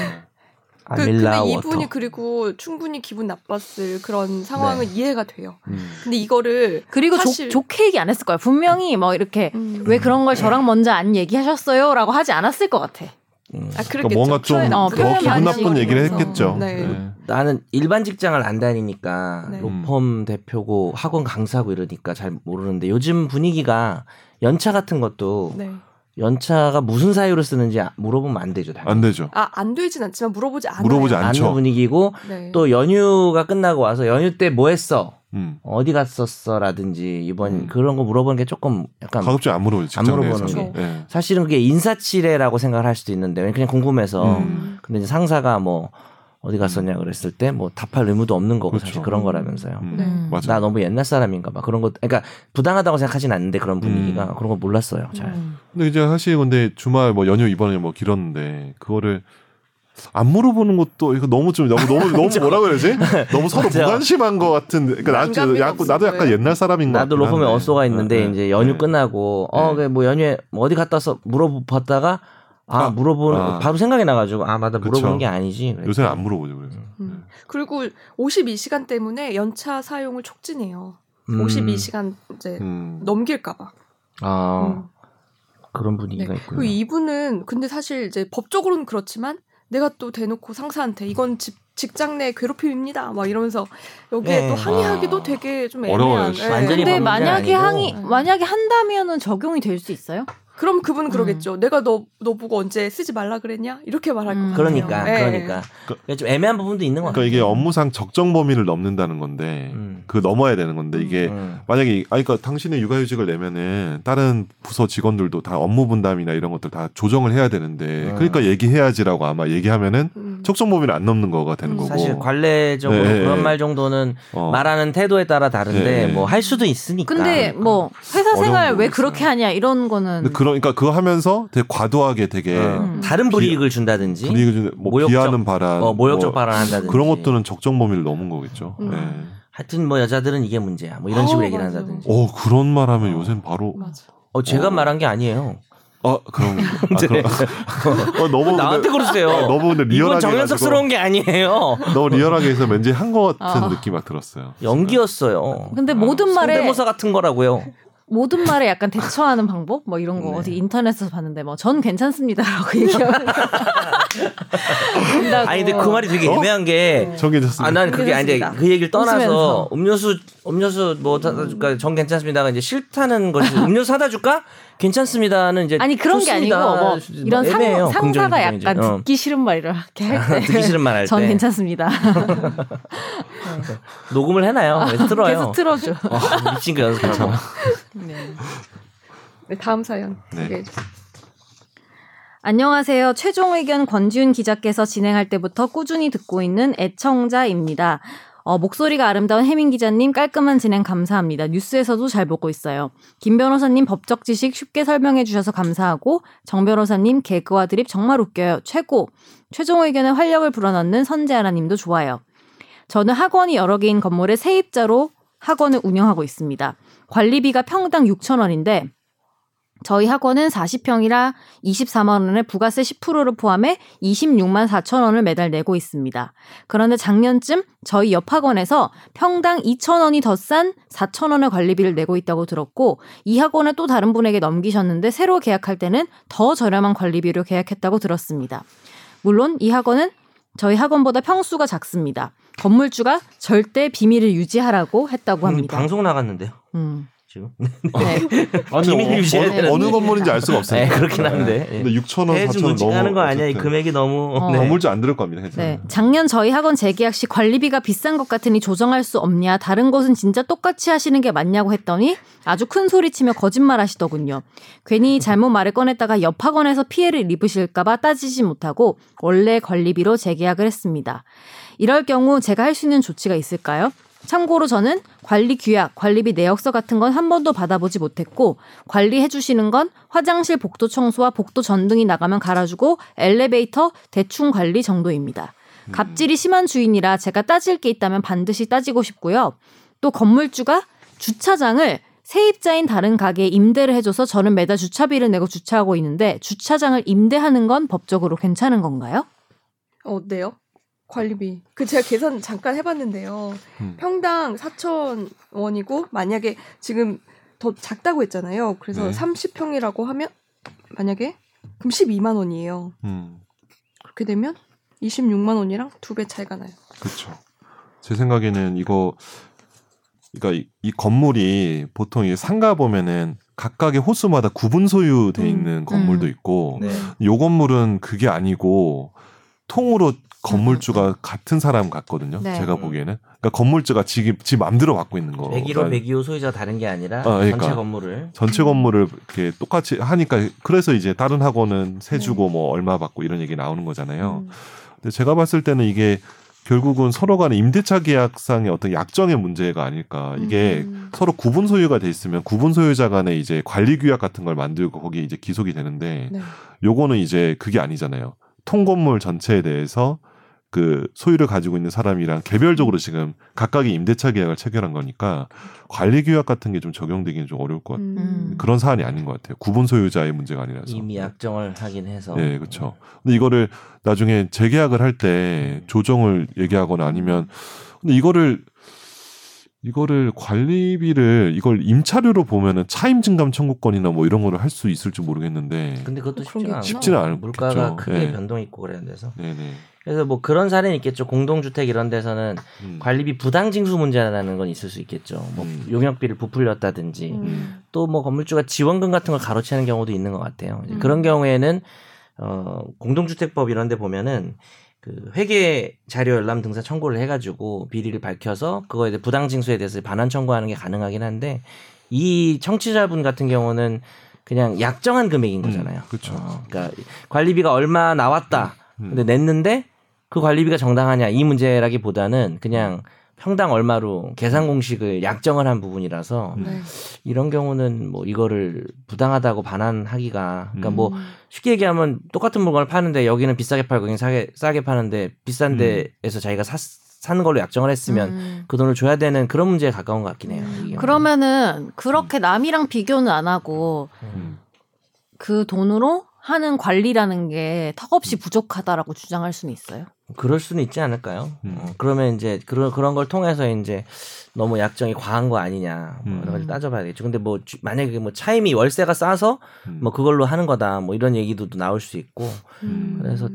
S1: 그,
S2: 아밀라
S1: 근데
S2: 워터.
S1: 이분이 그리고 충분히 기분 나빴을 그런
S2: 네.
S1: 상황은 이해가 돼요.
S4: 음.
S1: 근데 이거를
S3: 그리고
S1: 사실-
S3: 좋, 좋게 얘기 안 했을 거예요. 분명히 뭐 이렇게
S1: 음.
S3: 왜 그런 걸 저랑 먼저 안 얘기하셨어요라고 하지 않았을 것 같아.
S2: 음.
S1: 아,
S4: 그러니까 뭔가 좀
S3: 어,
S4: 더
S3: 표현이
S4: 기분
S3: 안
S4: 나쁜 얘기를
S3: 되면서.
S4: 했겠죠.
S1: 네.
S4: 네.
S2: 나는 일반 직장을 안 다니니까
S1: 네.
S2: 로펌 대표고 학원 강사고 이러니까 잘 모르는데 요즘 분위기가 연차 같은 것도
S1: 네.
S2: 연차가 무슨 사유로 쓰는지 아- 물어보면 안 되죠. 당연히.
S4: 안 되죠.
S1: 아, 안 되진 않지만 물어보지 않아요.
S4: 물어보지
S2: 아는
S4: 않죠.
S2: 분위기고
S1: 네.
S2: 또 연휴가 끝나고 와서 연휴 때 뭐 했어?
S4: 음.
S2: 어디 갔었어라든지 이번
S4: 음.
S2: 그런 거 물어보는 게 조금 약간
S4: 가급적 안 물어보죠.
S2: 안
S4: 직장 내에서는.
S1: 물어보는
S4: 네.
S2: 사실은 그게 인사치레라고 생각을 할 수도 있는데 그냥 궁금해서
S4: 음.
S2: 근데 이제 상사가 뭐 어디 갔었냐 그랬을 때 뭐 답할 의무도 없는 거고 사실
S4: 그렇죠.
S2: 그런 거라면서요.
S4: 음.
S1: 네.
S4: 맞아요.
S2: 나 너무 옛날 사람인가 봐. 그런 것 그러니까 부당하다고 생각하진 않는데 그런 분위기가
S4: 음.
S2: 그런 거 몰랐어요. 잘.
S3: 음.
S4: 근데 이제 사실 근데 주말 뭐 연휴 이번에 뭐 길었는데 그거를 안 물어보는 것도 이거 너무 좀 너무 너무 너무 뭐라 그러지? 너무 서로
S2: 맞아.
S4: 무관심한 것 같은. 그러니까 나도
S1: 난감이
S4: 약간 나도
S1: 없을
S4: 약간
S1: 거예요.
S4: 옛날 사람인 것
S2: 나도
S4: 같긴
S2: 로펌에
S4: 한데.
S2: 어쏘가 있는데
S4: 네,
S2: 이제 연휴
S4: 네.
S2: 끝나고 어
S4: 네.
S2: 그래 뭐 연휴에 뭐 어디 갔다 와서 물어봤다가 아,
S4: 아,
S2: 물어보는
S4: 아.
S2: 바로 생각이 나가지고 아 맞다
S4: 그쵸.
S2: 물어보는 게 아니지. 그랬죠.
S4: 요새는 안 물어보죠 그래서.
S1: 음. 그리고 52시간 때문에 연차 사용을 촉진해요.
S2: 음.
S1: 52시간 이제
S4: 음.
S1: 넘길까봐.
S2: 아
S1: 음.
S2: 그런
S1: 네.
S2: 분위기가 있군요.
S1: 그리고 이분은 근데 사실 이제 법적으로는 그렇지만 내가 또 대놓고 상사한테 이건 집, 직장 내 괴롭힘입니다. 막 이러면서 여기에
S2: 네.
S1: 또 항의하기도
S4: 아.
S1: 되게 좀
S4: 어려워요,
S1: 애매한.
S4: 진짜.
S1: 예.
S2: 완전히
S3: 근데
S2: 법률이
S3: 만약에
S2: 아니고.
S3: 항의 만약에 한다면은 적용이 될 수 있어요?
S1: 그럼 그분은
S3: 음.
S1: 그러겠죠. 내가 너, 너 보고 언제 쓰지 말라 그랬냐? 이렇게 말할
S3: 음.
S1: 것 같아요.
S2: 그러니까
S1: 예.
S2: 그러니까 그러니까 좀 애매한 부분도 있는 것
S4: 그러니까
S2: 같아요.
S4: 이게 업무상 적정 범위를 넘는다는 건데
S2: 음.
S4: 그 넘어야 되는 건데 이게
S2: 음.
S4: 만약에 이- 아니 그러니까 당신의 육아휴직을 내면은 다른 부서 직원들도 다 업무 분담이나 이런 것들 다 조정을 해야 되는데
S2: 음.
S4: 그러니까 얘기해야지라고 아마 얘기하면은
S1: 음.
S4: 적정 범위를 안 넘는 거가 되는
S1: 음.
S4: 거고
S2: 사실 관례적으로
S4: 뭐 네.
S2: 그런 말 정도는
S4: 어.
S2: 말하는 태도에 따라 다른데
S4: 네.
S2: 뭐 할 수도 있으니까. 그러니까.
S3: 근데 뭐 회사
S4: 어려운
S3: 생활 왜
S4: 부분이
S3: 그렇게
S4: 있어요.
S3: 하냐 이런 거는
S4: 근데 그러니까 그거 하면서 되게 과도하게 되게
S2: 어,
S3: 음.
S2: 다른 불이익을 준다든지
S4: 분위기 좀- 뭐
S2: 음. 모욕적-
S4: 비하는 발언,
S2: 어, 모욕적
S4: 뭐
S2: 발언한다든지
S4: 그런 것들은 적정 범위를 넘은 거겠죠.
S1: 음.
S4: 네.
S2: 하여튼 뭐 여자들은 이게 문제야. 뭐 이런 식으로
S1: 어,
S2: 얘기를
S1: 맞아요.
S2: 한다든지.
S4: 어 그런 말하면 요새 바로
S1: 맞아.
S2: 어 제가
S4: 어.
S2: 말한 게 아니에요.
S4: 아 그런 아, 그런 어, 너무 근데-
S2: 나한테 그러세요.
S4: 아, 너무 근데
S2: 이건
S4: 리얼하게
S2: 정연석스러운 게 아니에요.
S4: 해가지고 너무 리얼하게 해서 왠지 한 것 같은
S3: 어.
S4: 느낌 막 들었어요.
S2: 연기였어요.
S3: 근데
S4: 아,
S3: 모든 말에
S2: 성대모사 같은 거라고요.
S3: 모든 말에 약간 대처하는 방법 뭐 이런 거
S2: 네.
S3: 어디 인터넷에서 봤는데 뭐 전 괜찮습니다라고 얘기하면 된다고.
S2: 아니 근데 그 말이 되게
S4: 어?
S2: 애매한 게
S4: 정해졌습니다
S2: 아, 난 그게 아닌데
S3: 괜찮습니다.
S2: 그 얘기를 떠나서
S3: 웃으면서.
S2: 음료수 음료수 뭐 사다 줄까? 정 괜찮습니다가 이제 싫다는 것이 음료수 사다 줄까? 괜찮습니다는 이제
S3: 아니 그런 게 아니고
S2: 좋습니다. 네,
S3: 뭐 이런
S2: 애매해요.
S3: 상,
S2: 긍정이
S3: 상사가
S2: 긍정이지.
S3: 약간
S2: 어. 네.
S3: 듣기 싫은 말 이렇게 할 때.
S2: 듣기 싫은 말 할
S3: 전
S2: 때.
S3: 괜찮습니다.
S2: 녹음을 해놔요. 그래서 틀어요.
S3: 계속 틀어줘.
S2: 어, 미친 거 연습하고.
S3: 네.
S1: 네, 다음 사연
S4: 네.
S1: 소개해 주세요.
S3: 안녕하세요. 최종 의견 권지훈 기자께서 진행할 때부터 꾸준히 듣고 있는 애청자입니다. 어, 목소리가 아름다운 혜민 기자님 깔끔한 진행 감사합니다. 뉴스에서도 잘 보고 있어요. 김 변호사님 법적 지식 쉽게 설명해 주셔서 감사하고 정 변호사님 개그와 드립 정말 웃겨요. 최고. 최종 의견의 활력을 불어넣는 선재아라님도 좋아요. 저는 학원이 여러 개인 건물의 세입자로 학원을 운영하고 있습니다. 관리비가 평당 6천 원인데 저희 학원은 40평이라 24만 원에 부가세 10%를 포함해 26만 4천 원을 매달 내고 있습니다. 그런데 작년쯤 저희 옆 학원에서 평당 2천 원이 더 싼 4천 원의 관리비를 내고 있다고 들었고 이 학원을 또 다른 분에게 넘기셨는데 새로 계약할 때는 더 저렴한 관리비로 계약했다고 들었습니다. 물론 이 학원은 저희 학원보다 평수가 작습니다. 건물주가 절대 비밀을 유지하라고
S2: 음,
S3: 했다고 합니다.
S2: 방송 어, 나갔는데요.
S3: 음.
S2: 지금.
S3: 네.
S4: 아니,
S2: 비밀
S4: 어,
S2: 유지해야
S4: 어느,
S2: 되는데.
S4: 어느 건물인지 알 수가 없어요.
S2: 네, 그렇긴 한데. 예.
S4: 근데 6천 원,
S2: 해외
S4: 4천
S2: 좀
S4: 원
S2: 눈치
S4: 너무
S2: 까는 거 아니야? 이
S4: 어쨌든
S2: 금액이 너무.
S3: 어.
S2: 네.
S4: 건물주 안 들을 겁니다. 해서.
S3: 네. 작년 저희 학원 재계약 시 관리비가 비싼 것 같으니 조정할 수 없냐. 다른 곳은 진짜 똑같이 하시는 게 맞냐고 했더니 아주 큰 소리치며 거짓말 하시더군요. 괜히 잘못 말을 꺼냈다가 옆 학원에서 피해를 입으실까봐 따지지 못하고 원래 관리비로 재계약을 했습니다. 이럴 경우 제가 할 수 있는 조치가 있을까요? 참고로 저는 관리 규약, 관리비 내역서 같은 건 한 번도 받아보지 못했고 관리해 주시는 건 화장실 복도 청소와 복도 전등이 나가면 갈아주고 엘리베이터 대충 관리 정도입니다. 음. 갑질이 심한 주인이라 제가 따질 게 있다면 반드시 따지고 싶고요. 또 건물주가 주차장을 세입자인 다른 가게에 임대를 해줘서 저는 매달 주차비를 내고 주차하고 있는데 주차장을 임대하는 건 법적으로 괜찮은 건가요?
S1: 어때요? 관리비. 그 제가 계산 잠깐 해봤는데요.
S4: 음.
S1: 평당 4천 원이고 만약에 지금 더 작다고 했잖아요. 그래서
S4: 네.
S1: 30평이라고 하면 만약에 그럼 12만 원이에요.
S4: 음.
S1: 그렇게 되면 26만 원이랑 두 배 차이가 나요.
S4: 그렇죠. 제 생각에는 이거 그러니까 이, 이 건물이 보통 이 상가 보면은 각각의 호수마다 구분 소유돼
S1: 음.
S4: 있는 건물도
S3: 음.
S4: 있고
S2: 네.
S4: 요 건물은 그게 아니고 통으로 건물주가 같은 사람 같거든요.
S3: 음. 네.
S4: 제가 보기에는 그러니까 건물주가 지금 지 맘대로 받고 있는 거.
S2: 101호, 102호 소유자 다른 게 아니라
S4: 어, 그러니까 아, 그러니까.
S2: 전체 건물을
S4: 전체 건물을 이렇게 똑같이 하니까 그래서 이제 다른 학원은
S3: 네.
S4: 세 주고 뭐 얼마 받고 이런 얘기 나오는 거잖아요.
S1: 음.
S4: 근데 제가 봤을 때는 이게 결국은 서로 간의 임대차 계약상의 어떤 약정의 문제가 아닐까. 이게
S1: 음.
S4: 서로 구분 소유가 돼 있으면 구분 소유자 간의 이제 관리 규약 같은 걸 만들고 거기에 이제 기속이 되는데
S1: 네.
S4: 요거는 이제 그게 아니잖아요. 통건물 전체에 대해서 그 소유를 가지고 있는 사람이랑 개별적으로 지금 각각의 임대차 계약을 체결한 거니까 관리 규약 같은 게 좀 적용되기는 좀 어려울 것 같아요.
S1: 음.
S4: 뭐 그런 사안이 아닌 것 같아요. 구분 소유자의 문제가 아니라서. 네.
S2: 이미 약정을 하긴 해서
S4: 예, 그렇죠. 근데 이거를 나중에 재계약을 할 때
S2: 음.
S4: 조정을 얘기하거나 아니면 근데 이거를 이거를 관리비를 이걸 임차료로 보면은 차임 증감 청구권이나 뭐 이런 거를 할 수 있을지 모르겠는데.
S2: 근데 그것도
S1: 그런
S2: 쉽지가
S1: 게
S2: 않아.
S4: 쉽지는 않겠죠.
S2: 그렇죠. 물가가 크게
S4: 예.
S2: 변동 있고 그래야 돼서.
S4: 네네.
S2: 그래서 뭐 그런 사례는 있겠죠. 공동주택 이런 데서는
S4: 음.
S2: 관리비 부당 징수 문제라는 건 있을 수 있겠죠. 뭐
S4: 음.
S2: 용역비를 부풀렸다든지
S1: 음.
S2: 또 뭐 건물주가 지원금 같은 걸 가로채는 경우도 있는 것 같아요. 이제
S1: 음.
S2: 그런 경우에는 어 공동주택법 이런 데 보면은 그 회계 자료 열람 등사 청구를 해가지고 비리를 밝혀서 그거에 대해 부당 징수에 대해서 반환 청구하는 게 가능하긴 한데 이 청취자분 같은 경우는 그냥 약정한 금액인 거잖아요.
S4: 음, 그쵸.
S2: 어, 그러니까 관리비가 얼마 나왔다.
S4: 음.
S2: 근데 냈는데 그 관리비가 정당하냐 이 문제라기보다는 그냥 평당 얼마로 계산 공식을 약정을 한 부분이라서
S4: 음.
S1: 네.
S2: 이런 경우는 뭐 이거를 부당하다고 반환하기가 그러니까 뭐
S1: 음.
S2: 쉽게 얘기하면 똑같은 물건을 파는데 여기는 비싸게 팔고 여기는 싸게, 싸게 파는데 비싼
S4: 음.
S2: 데에서 자기가 사, 산 걸로 약정을 했으면 그 돈을 줘야 되는 그런 문제에 가까운 것 같긴 해요. 이 경우는.
S3: 음. 그러면은 그렇게 남이랑 비교는 안 하고
S2: 음.
S3: 그 돈으로 하는 관리라는 게
S2: 음.
S3: 턱없이 부족하다라고 주장할 수는 있어요.
S2: 그럴 수는 있지 않을까요?
S4: 음.
S2: 어, 그러면 이제 그런 그런 걸 통해서 이제 너무 약정이 과한 거 아니냐 뭐
S4: 음.
S2: 여러 가지 따져봐야겠죠. 근데 뭐 주- 만약에 뭐 차임이 월세가 싸서
S4: 음.
S2: 뭐 그걸로 하는 거다 뭐 이런 얘기도 나올 수 있고
S1: 음.
S2: 그래서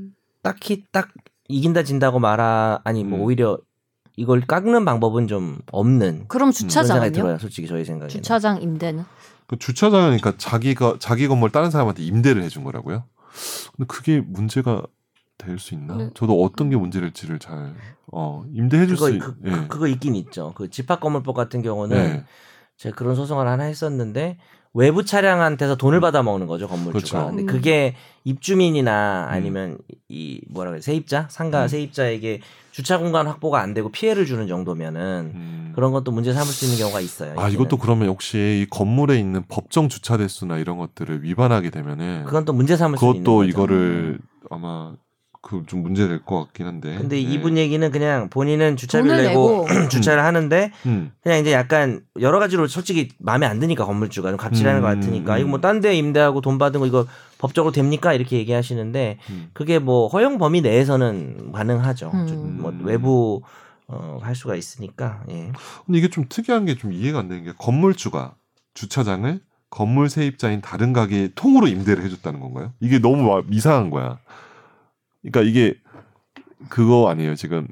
S2: 딱히 딱 이긴다 진다고 말아 아니 뭐
S4: 음.
S2: 오히려 이걸 깎는 방법은 좀 없는 음,
S3: 그럼
S2: 그런 생각이
S3: 주차장은요?
S2: 들어요. 솔직히 저희 생각에는.
S3: 주차장 임대는?
S4: 그 주차장은 그러니까 자기가 자기 건물 다른 사람한테 임대를 해준 거라고요. 근데 그게 문제가 될 수 있나?
S1: 네.
S4: 저도 어떤 게 문제일지를 잘 어, 임대해줄
S2: 그거
S4: 수
S2: 그,
S4: 예.
S2: 거 있긴 있죠. 그 집합건물법 같은 경우는
S4: 네.
S2: 제가 그런 소송을 하나 했었는데 외부 차량한테서 돈을 받아 먹는 거죠 건물주가.
S4: 음. 그렇죠.
S2: 근데
S1: 음.
S2: 그게 입주민이나 아니면 이 뭐라 그래 세입자 상가
S4: 음.
S2: 세입자에게 주차 공간 확보가 안 되고 피해를 주는 정도면은
S4: 음.
S2: 그런 것도 문제 삼을 수 있는 경우가 있어요.
S4: 아
S2: 이제는.
S4: 이것도 그러면 혹시 이 건물에 있는 법정 주차 대수나 이런 것들을 위반하게 되면은
S2: 그건 또 문제 삼을 수 있는
S4: 그것도
S2: 거죠. 음.
S4: 이거를 아마 그 좀 문제 될 것 같긴 한데.
S2: 근데
S4: 네.
S2: 이분 얘기는 그냥 본인은 주차비를
S3: 돈을
S2: 내고,
S3: 내고
S2: 주차를 하는데
S4: 음.
S2: 그냥 이제 약간 여러 가지로 솔직히 마음에 안 드니까 건물주가 좀 갑질하는
S4: 음,
S2: 것 같으니까
S4: 음.
S2: 이거 뭐 딴 데 임대하고 돈 받은 거 이거 법적으로 됩니까 이렇게 얘기하시는데
S4: 음.
S2: 그게 뭐 허용 범위 내에서는 가능하죠.
S3: 음.
S2: 저- 뭐
S4: 음.
S2: 외부 어, 할 수가 있으니까 예.
S4: 근데 이게 좀 특이한 게 좀 이해가 안 되는 게 건물주가 주차장을 건물 세입자인 다른 가게에 통으로 임대를 해줬다는 건가요? 이게 너무 와- 이상한 거야. 그러니까 이게 그거 아니에요 지금.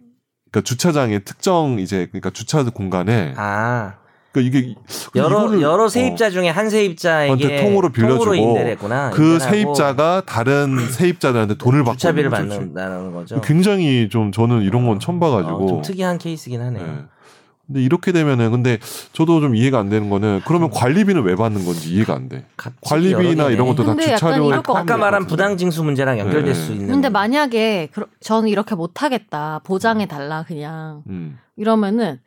S4: 그러니까 주차장의 특정 이제 그러니까 주차 공간에
S2: 아
S4: 그러니까 이게 근데
S2: 여러
S4: 이거를-
S2: 여러
S4: 어.
S2: 세입자 중에 한 세입자에게
S4: 한테 통으로 빌려주고
S2: 임대를 했구나.
S4: 그
S2: 임대를 하고
S4: 세입자가 다른 세입자들한테 돈을 받고
S2: 아, 주차비를
S4: 있는 거죠,
S2: 받는다는 거죠.
S4: 지금. 굉장히 좀 저는 이런 건 처음
S2: 어,
S4: 봐가지고.
S2: 좀 특이한 케이스긴 하네요.
S4: 네. 근데 이렇게 되면은 근데 저도 좀 이해가 안 되는 거는 그러면 관리비는 왜 받는 건지 이해가 안 돼.
S2: 갑자기
S4: 관리비나
S2: 음. 여러
S4: 이런
S2: 개네.
S4: 것도 다
S3: 근데 약간
S4: 주차료에
S3: 이럴 것
S4: 포함이
S2: 아까
S4: 될
S2: 말한
S4: 것 같은데.
S2: 부당 징수 문제랑 연결될
S4: 네.
S2: 수 있는.
S3: 근데 만약에 그러- 저는 이렇게 못하겠다 보장해 달라 그냥
S4: 음.
S3: 이러면은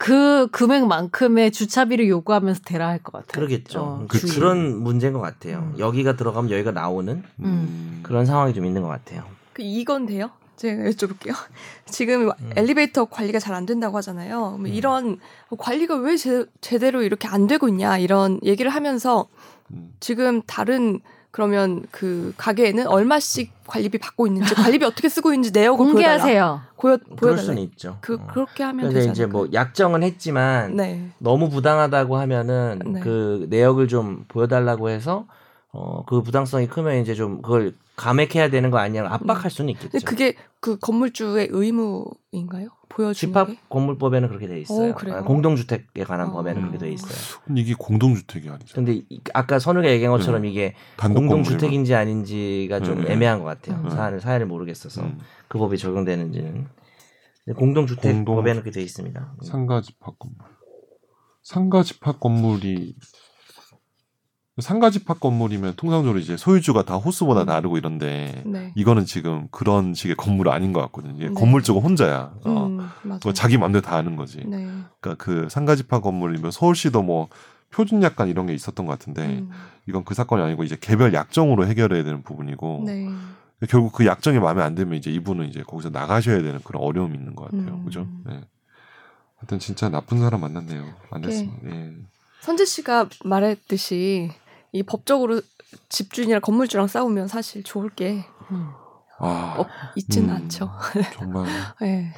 S3: 그 금액만큼의 주차비를 요구하면서 대라 할 것 같아요.
S2: 그러겠죠.
S3: 어,
S2: 그-
S4: 주인.
S2: 그런 문제인 것 같아요.
S3: 음.
S2: 여기가 들어가면 여기가 나오는
S4: 음.
S2: 그런 상황이 좀 있는 것 같아요.
S1: 그 이건 돼요? 제가 여쭤볼게요. 지금
S2: 음.
S1: 엘리베이터 관리가 잘 안 된다고 하잖아요. 뭐
S2: 음.
S1: 이런 관리가 왜 제, 제대로 이렇게 안 되고 있냐 이런 얘기를 하면서
S4: 음.
S1: 지금 다른 그러면 그 가게에는 얼마씩 관리비 받고 있는지 관리비 어떻게 쓰고 있는지 내역을
S3: 공개하세요.
S1: 보여 달라. 보여
S2: 그럴
S1: 달라.
S2: 수는 있죠.
S1: 그
S2: 어.
S1: 그렇게 하면
S2: 근데
S1: 되잖아요.
S2: 이제 뭐 약정은 했지만
S1: 네.
S2: 너무 부당하다고 하면은
S1: 네.
S2: 그 내역을 좀 보여달라고 해서 어 그 부당성이 크면 이제 좀 그걸 감액해야 되는 거 아니냐고 압박할 수는 있겠죠.
S1: 음. 근데 그게 그 건물주의 의무인가요? 보여주는
S2: 집합
S1: 게?
S2: 건물법에는 그렇게 돼 있어요.
S1: 오, 그래요?
S2: 아, 공동주택에 관한
S1: 아.
S2: 법에는 그렇게 돼 있어요.
S4: 이게 공동주택이 아니죠.
S2: 근데 이- 아까 선우가 얘기한 것처럼
S4: 음.
S2: 이게
S4: 단독 건물이면.
S2: 음. 공동주택인지 아닌지가 좀
S4: 음.
S2: 애매한 것 같아요.
S1: 음.
S2: 사안을 사연을 모르겠어서
S4: 음.
S2: 그 법이 적용되는지는 근데 공동주택
S4: 공동-
S2: 법에는 그렇게 돼 있습니다. 음.
S4: 상가 집합 건물. 상가 집합 건물이 상가 집합 건물이면 통상적으로 이제 소유주가 다
S2: 음.
S4: 호수보다 다르고 이런데
S1: 네.
S4: 이거는 지금 그런 식의 건물 아닌 것 같거든요. 이게
S1: 네.
S4: 건물 쪽은 혼자야. 어.
S1: 음, 맞아요.
S2: 뭐
S4: 그거 자기 맘대로 다 하는 거지.
S1: 네.
S4: 그러니까 그 상가 집합 건물이면 서울시도 뭐 표준 약관 이런 게 있었던 것 같은데
S1: 음,
S4: 이건 그 사건이 아니고 이제 개별 약정으로 해결해야 되는 부분이고
S1: 네.
S2: 어.
S4: 결국 그 약정이 마음에 안 들면 이제 이분은 이제 거기서 나가셔야 되는 그런 어려움이 있는 것 같아요.
S1: 음.
S4: 그죠? 네. 하여튼 진짜 나쁜 사람 만났네요. 만났습니다. 예.
S1: 선재 씨가 말했듯이 이 법적으로 집주인이랑 건물주랑 싸우면 사실 좋을 게
S3: 음.
S4: 아,
S1: 어, 있지는
S4: 음,
S1: 않죠.
S4: 정말
S1: 네.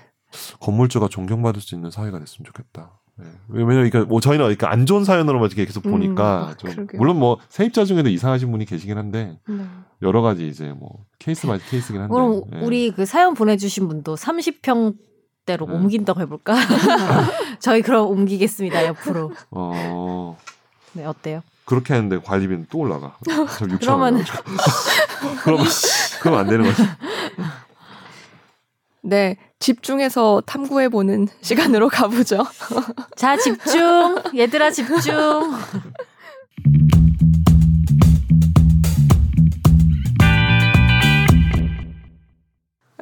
S4: 건물주가 존경받을 수 있는 사회가 됐으면 좋겠다. 예. 왜냐면 이게 뭐 저희는 그러니까 안 좋은 사연으로만 이렇게 계속
S1: 음,
S4: 보니까
S1: 아,
S4: 좀
S1: 그러게요.
S4: 물론 뭐 세입자 중에도 이상하신 분이 계시긴 한데
S1: 네.
S4: 여러 가지 이제 뭐 케이스 바이 케이스긴
S3: 음.
S4: 한데.
S3: 그럼
S2: 네.
S4: 예.
S3: 우리 그 사연 보내주신 분도 30평대로
S2: 음.
S4: 네.
S3: 옮긴다고 해볼까? 저희 그럼 옮기겠습니다 옆으로.
S4: 어
S3: 네 어때요? 그
S4: 렇게 했는데 관리비는 또 올라가. 저 6천
S3: 그러면은-
S4: 원. 그럼 그럼 안 되는 거지.
S1: 네, 집중해서 탐구해 보는 시간으로 가보죠.
S3: 자 집중 얘들아 집중.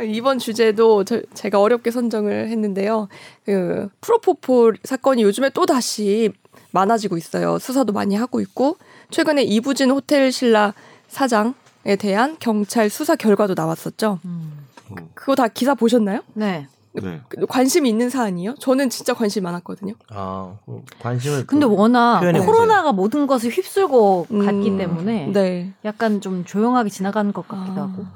S1: 이번 주제도 저- 제가 어렵게 선정을 했는데요. 그 프로포폴 사건이 요즘에 또 다시 많아지고 있어요. 수사도 많이 하고 있고 최근에 이부진 호텔 신라 사장에 대한 경찰 수사 결과도 나왔었죠. 그거 다 기사 보셨나요?
S3: 음. 네.
S4: 네.
S1: 그- 관심이 있는 사안이요? 저는 진짜 관심 이 많았거든요.
S2: 아, 그 관심을
S3: 근데
S2: 그-
S3: 워낙
S2: 표현해
S3: 코로나가 모든 것을 휩쓸고
S1: 음.
S3: 갔기 때문에
S1: 네.
S3: 약간 좀 조용하게 지나가는 것 같기도
S1: 아.
S3: 하고.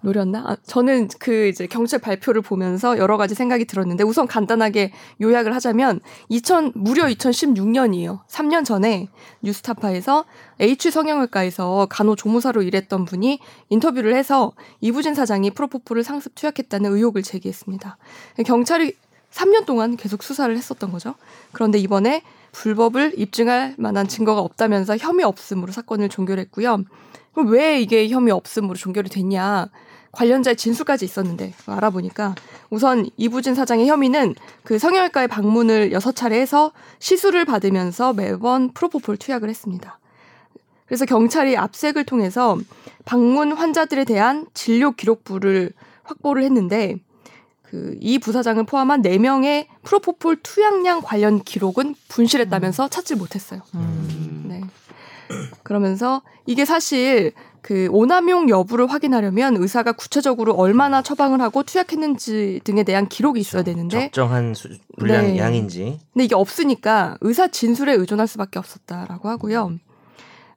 S1: 노렸나? 아, 저는 그 이제 경찰 발표를 보면서 여러 가지 생각이 들었는데 우선 간단하게 요약을 하자면 2000 무려 2016년이에요. 3년 전에 뉴스타파에서 H 성형외과에서 간호조무사로 일했던 분이 인터뷰를 해서 이부진 사장이 프로포폴을 상습 투약했다는 의혹을 제기했습니다. 경찰이 3년 동안 계속 수사를 했었던 거죠. 그런데 이번에 불법을 입증할 만한 증거가 없다면서 혐의 없음으로 사건을 종결했고요. 그럼 왜 이게 혐의 없음으로 종결이 됐냐? 관련자의 진술까지 있었는데 그걸 알아보니까 우선 이부진 사장의 혐의는 그 성형외과에 방문을 여섯 차례 해서 시술을 받으면서 매번 프로포폴 투약을 했습니다. 그래서 경찰이 압색을 통해서 방문 환자들에 대한 진료 기록부를 확보를 했는데 그 이 부사장을 포함한 네명의 프로포폴 투약량 관련 기록은 분실했다면서 찾질 못했어요.
S3: 음.
S1: 네. 그러면서 이게 사실 그 오남용 여부를 확인하려면 의사가 구체적으로 얼마나 처방을 하고 투약했는지 등에 대한 기록이 있어야
S2: 그렇죠.
S1: 되는데
S2: 적정한 수, 분량
S1: 네.
S2: 양인지
S1: 근데 이게 없으니까 의사 진술에 의존할 수밖에 없었다라고 하고요.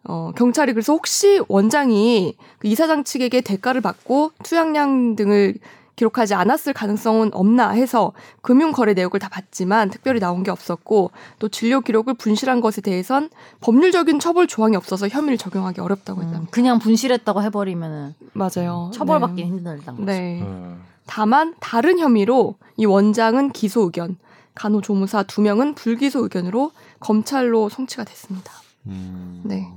S1: 어, 경찰이 그래서 혹시 원장이 그 이사장 측에게 대가를 받고 투약량 등을 기록하지 않았을 가능성은 없나 해서 금융거래 내역을 다 봤지만 특별히 나온 게 없었고 또 진료 기록을 분실한 것에 대해선 법률적인 처벌 조항이 없어서 혐의를 적용하기 어렵다고
S3: 음,
S1: 했답니다.
S3: 그냥 분실했다고 해버리면
S1: 맞아요.
S3: 처벌받기 힘들단 거죠.
S1: 네. 네.
S2: 음.
S1: 다만 다른 혐의로 이 원장은 기소 의견, 간호조무사 두 명은 불기소 의견으로 검찰로 송치가 됐습니다.
S4: 음.
S1: 네.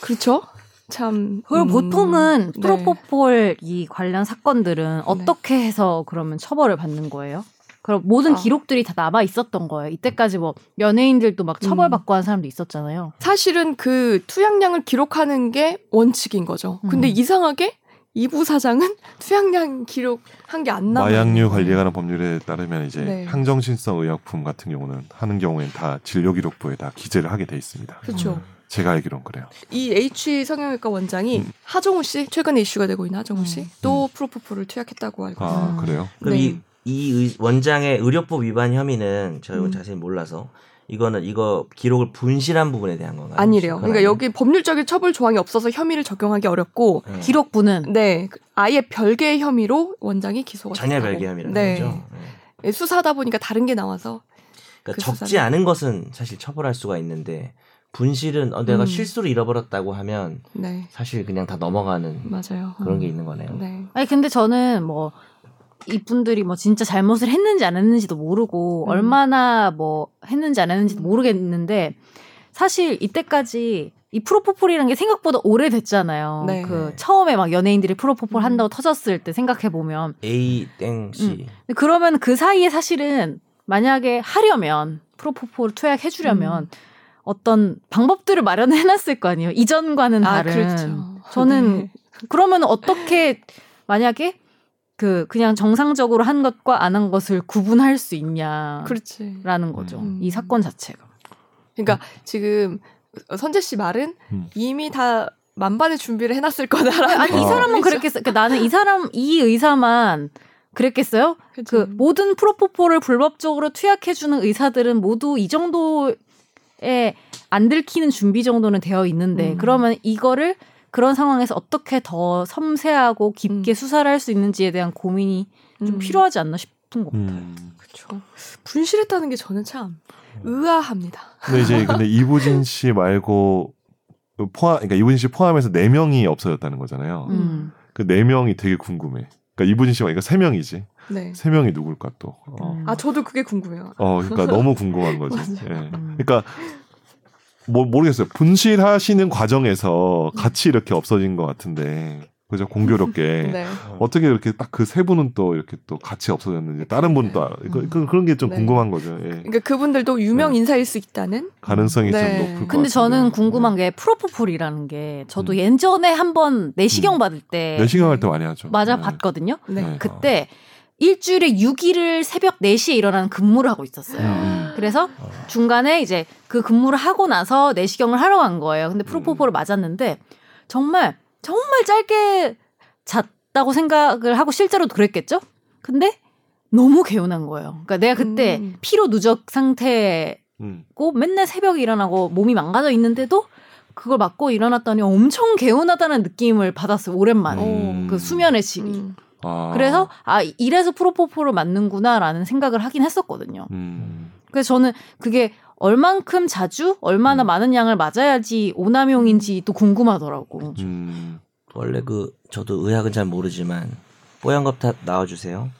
S1: 그렇죠? 참.
S3: 그럼
S1: 음,
S3: 보통은
S1: 네.
S3: 프로포폴 이 관련 사건들은 어떻게 해서 그러면 처벌을 받는 거예요? 그럼 모든
S1: 아.
S3: 기록들이 다 남아 있었던 거예요. 이때까지 뭐 연예인들도 막
S1: 음.
S3: 처벌받고 한 사람도 있었잖아요.
S1: 사실은 그 투약량을 기록하는 게 원칙인 거죠. 근데
S3: 음.
S1: 이상하게 이부 사장은 투약량 기록한 게 안 나와요.
S4: 마약류 관리에 관한 법률에 따르면 이제
S1: 네.
S4: 항정신성 의약품 같은 경우는 하는 경우엔 다 진료 기록부에 다 기재를 하게 돼 있습니다.
S1: 그렇죠.
S2: 음.
S4: 제가 알기론 그래요.
S1: 이 H 성형외과 원장이
S4: 음.
S1: 하정우 씨 최근에 이슈가 되고 있는 하정우 씨
S3: 음.
S1: 또 프로포폴을 투약했다고 알고 있어요.
S4: 아
S3: 음.
S4: 그래요?
S2: 그럼
S1: 네.
S2: 이, 이 의- 원장의 의료법 위반 혐의는 저희
S1: 음.
S2: 자세히 몰라서 이거는 이거 기록을 분실한 부분에 대한 건가요?
S1: 아니래요.
S2: 그건
S1: 그러니까
S2: 아니에요?
S1: 여기 법률적인 처벌 조항이 없어서 혐의를 적용하기 어렵고
S2: 네.
S3: 기록부는
S1: 네 그- 아예 별개의 혐의로 원장이 기소가
S2: 전혀
S1: 됐다고.
S2: 별개 혐의라는
S1: 네.
S2: 거죠. 네.
S1: 예, 수사하다 보니까 다른 게 나와서
S2: 그러니까
S1: 그
S2: 적지
S1: 수사는-
S2: 않은 것은 사실 처벌할 수가 있는데 분실은 어, 내가
S1: 음.
S2: 실수로 잃어버렸다고 하면
S1: 네.
S2: 사실 그냥 다 넘어가는
S1: 맞아요.
S2: 그런 게 있는 거네요.
S1: 음. 네.
S3: 아니 근데 저는 뭐 이분들이 뭐 진짜 잘못을 했는지 안 했는지도 모르고
S1: 음.
S3: 얼마나 뭐 했는지 안 했는지도 모르겠는데 사실 이때까지 이 프로포폴이라는 게 생각보다 오래됐잖아요.
S1: 네.
S3: 그
S2: 네.
S3: 처음에 막 연예인들이 프로포폴
S1: 음.
S3: 한다고 터졌을 때 생각해 보면
S2: A 땡 C.
S3: 그러면 그 사이에 사실은 만약에 하려면 프로포폴 투약 해주려면
S1: 음.
S3: 어떤 방법들을 마련해 놨을 거 아니에요. 이전과는
S1: 아,
S3: 다른.
S1: 그렇죠.
S3: 저는
S1: 네.
S3: 그러면 어떻게 만약에 그 그냥 정상적으로 한 것과 안 한 것을 구분할 수 있냐라는
S1: 그렇지.
S3: 거죠.
S1: 음.
S3: 이 사건 자체가.
S1: 그러니까 지금 선재 씨 말은
S4: 음.
S1: 이미 다 만반의 준비를 해놨을 거다라는.
S3: 아니 이
S4: 어.
S3: 사람은 그랬겠어. 그 나는 이 사람 이 의사만 그랬겠어요? 그
S1: 그렇죠.
S3: 모든 프로포폴을 불법적으로 투약해주는 의사들은 모두 이 정도에 안 들키는 준비 정도는 되어 있는데
S1: 음.
S3: 그러면 이거를 그런 상황에서 어떻게 더 섬세하고 깊게
S1: 음.
S3: 수사를 할 수 있는지에 대한 고민이 좀 필요하지 않나 싶은 것 같아요.
S4: 음.
S1: 그렇죠. 분실했다는 게 저는 참
S2: 음.
S1: 의아합니다.
S4: 근데 이제 근데 이부진 씨 말고 포함 그러니까 이부진 씨 포함해서 네 명이 없어졌다는 거잖아요.
S1: 음.
S4: 그 네 명이 되게 궁금해. 그러니까 이부진 씨 말고 세 명이지.
S1: 네.
S2: 음.
S4: 세 명이 누굴까 또. 어.
S3: 음.
S1: 아 저도 그게 궁금해요.
S4: 어, 그러니까 너무 궁금한 거지. 예.
S3: 음.
S4: 그러니까 뭐 모르겠어요. 분실하시는 과정에서 같이 이렇게 없어진 것 같은데 그죠 공교롭게
S1: 네.
S4: 어떻게 이렇게 딱 그 세 분은 또 이렇게 또 같이 없어졌는지 다른 분은 또 알- 그, 그, 그런 게 좀
S1: 네.
S4: 궁금한 거죠. 예.
S1: 그러니까 그분들도 유명
S4: 네.
S1: 인사일 수 있다는.
S4: 가능성이 좀
S1: 네.
S4: 높을 것 같아요. 네.
S3: 근데 저는 궁금한 게 프로포폴이라는 게 저도
S4: 음.
S3: 예전에 한번 내시경
S4: 음.
S3: 받을 때
S4: 내시경 할 때 많이 하죠.
S3: 맞아
S4: 네.
S3: 봤거든요.
S1: 네.
S4: 네.
S3: 그때 일주일에 6일을 새벽 4시에 일어나는 근무를 하고 있었어요.
S4: 음,
S3: 그래서 중간에 이제 그 근무를 하고 나서 내시경을 하러 간 거예요.
S4: 음.
S3: 근데 프로포폴을 맞았는데 정말 정말 짧게 잤다고 생각을 하고 실제로도 그랬겠죠? 근데 너무 개운한 거예요. 그러니까 내가 그때
S1: 음.
S3: 피로 누적 상태
S4: 음.
S3: 고 맨날 새벽에 일어나고 몸이 망가져 있는데도 그걸 맞고 일어났더니 엄청 개운하다는 느낌을 받았어요. 오랜만에.
S4: 음.
S3: 그 수면의 질이.
S1: 음.
S4: 아.
S3: 그래서 아 이래서 프로포폴을 맞는구나라는 생각을 하긴 했었거든요.
S4: 음.
S3: 그래서 저는 그게 얼만큼 자주 얼마나
S4: 음.
S3: 많은 양을 맞아야지 오남용인지 또 궁금하더라고.
S4: 음.
S2: 원래 그 저도 의학은 잘 모르지만 뽀얀 겁탑 나와주세요.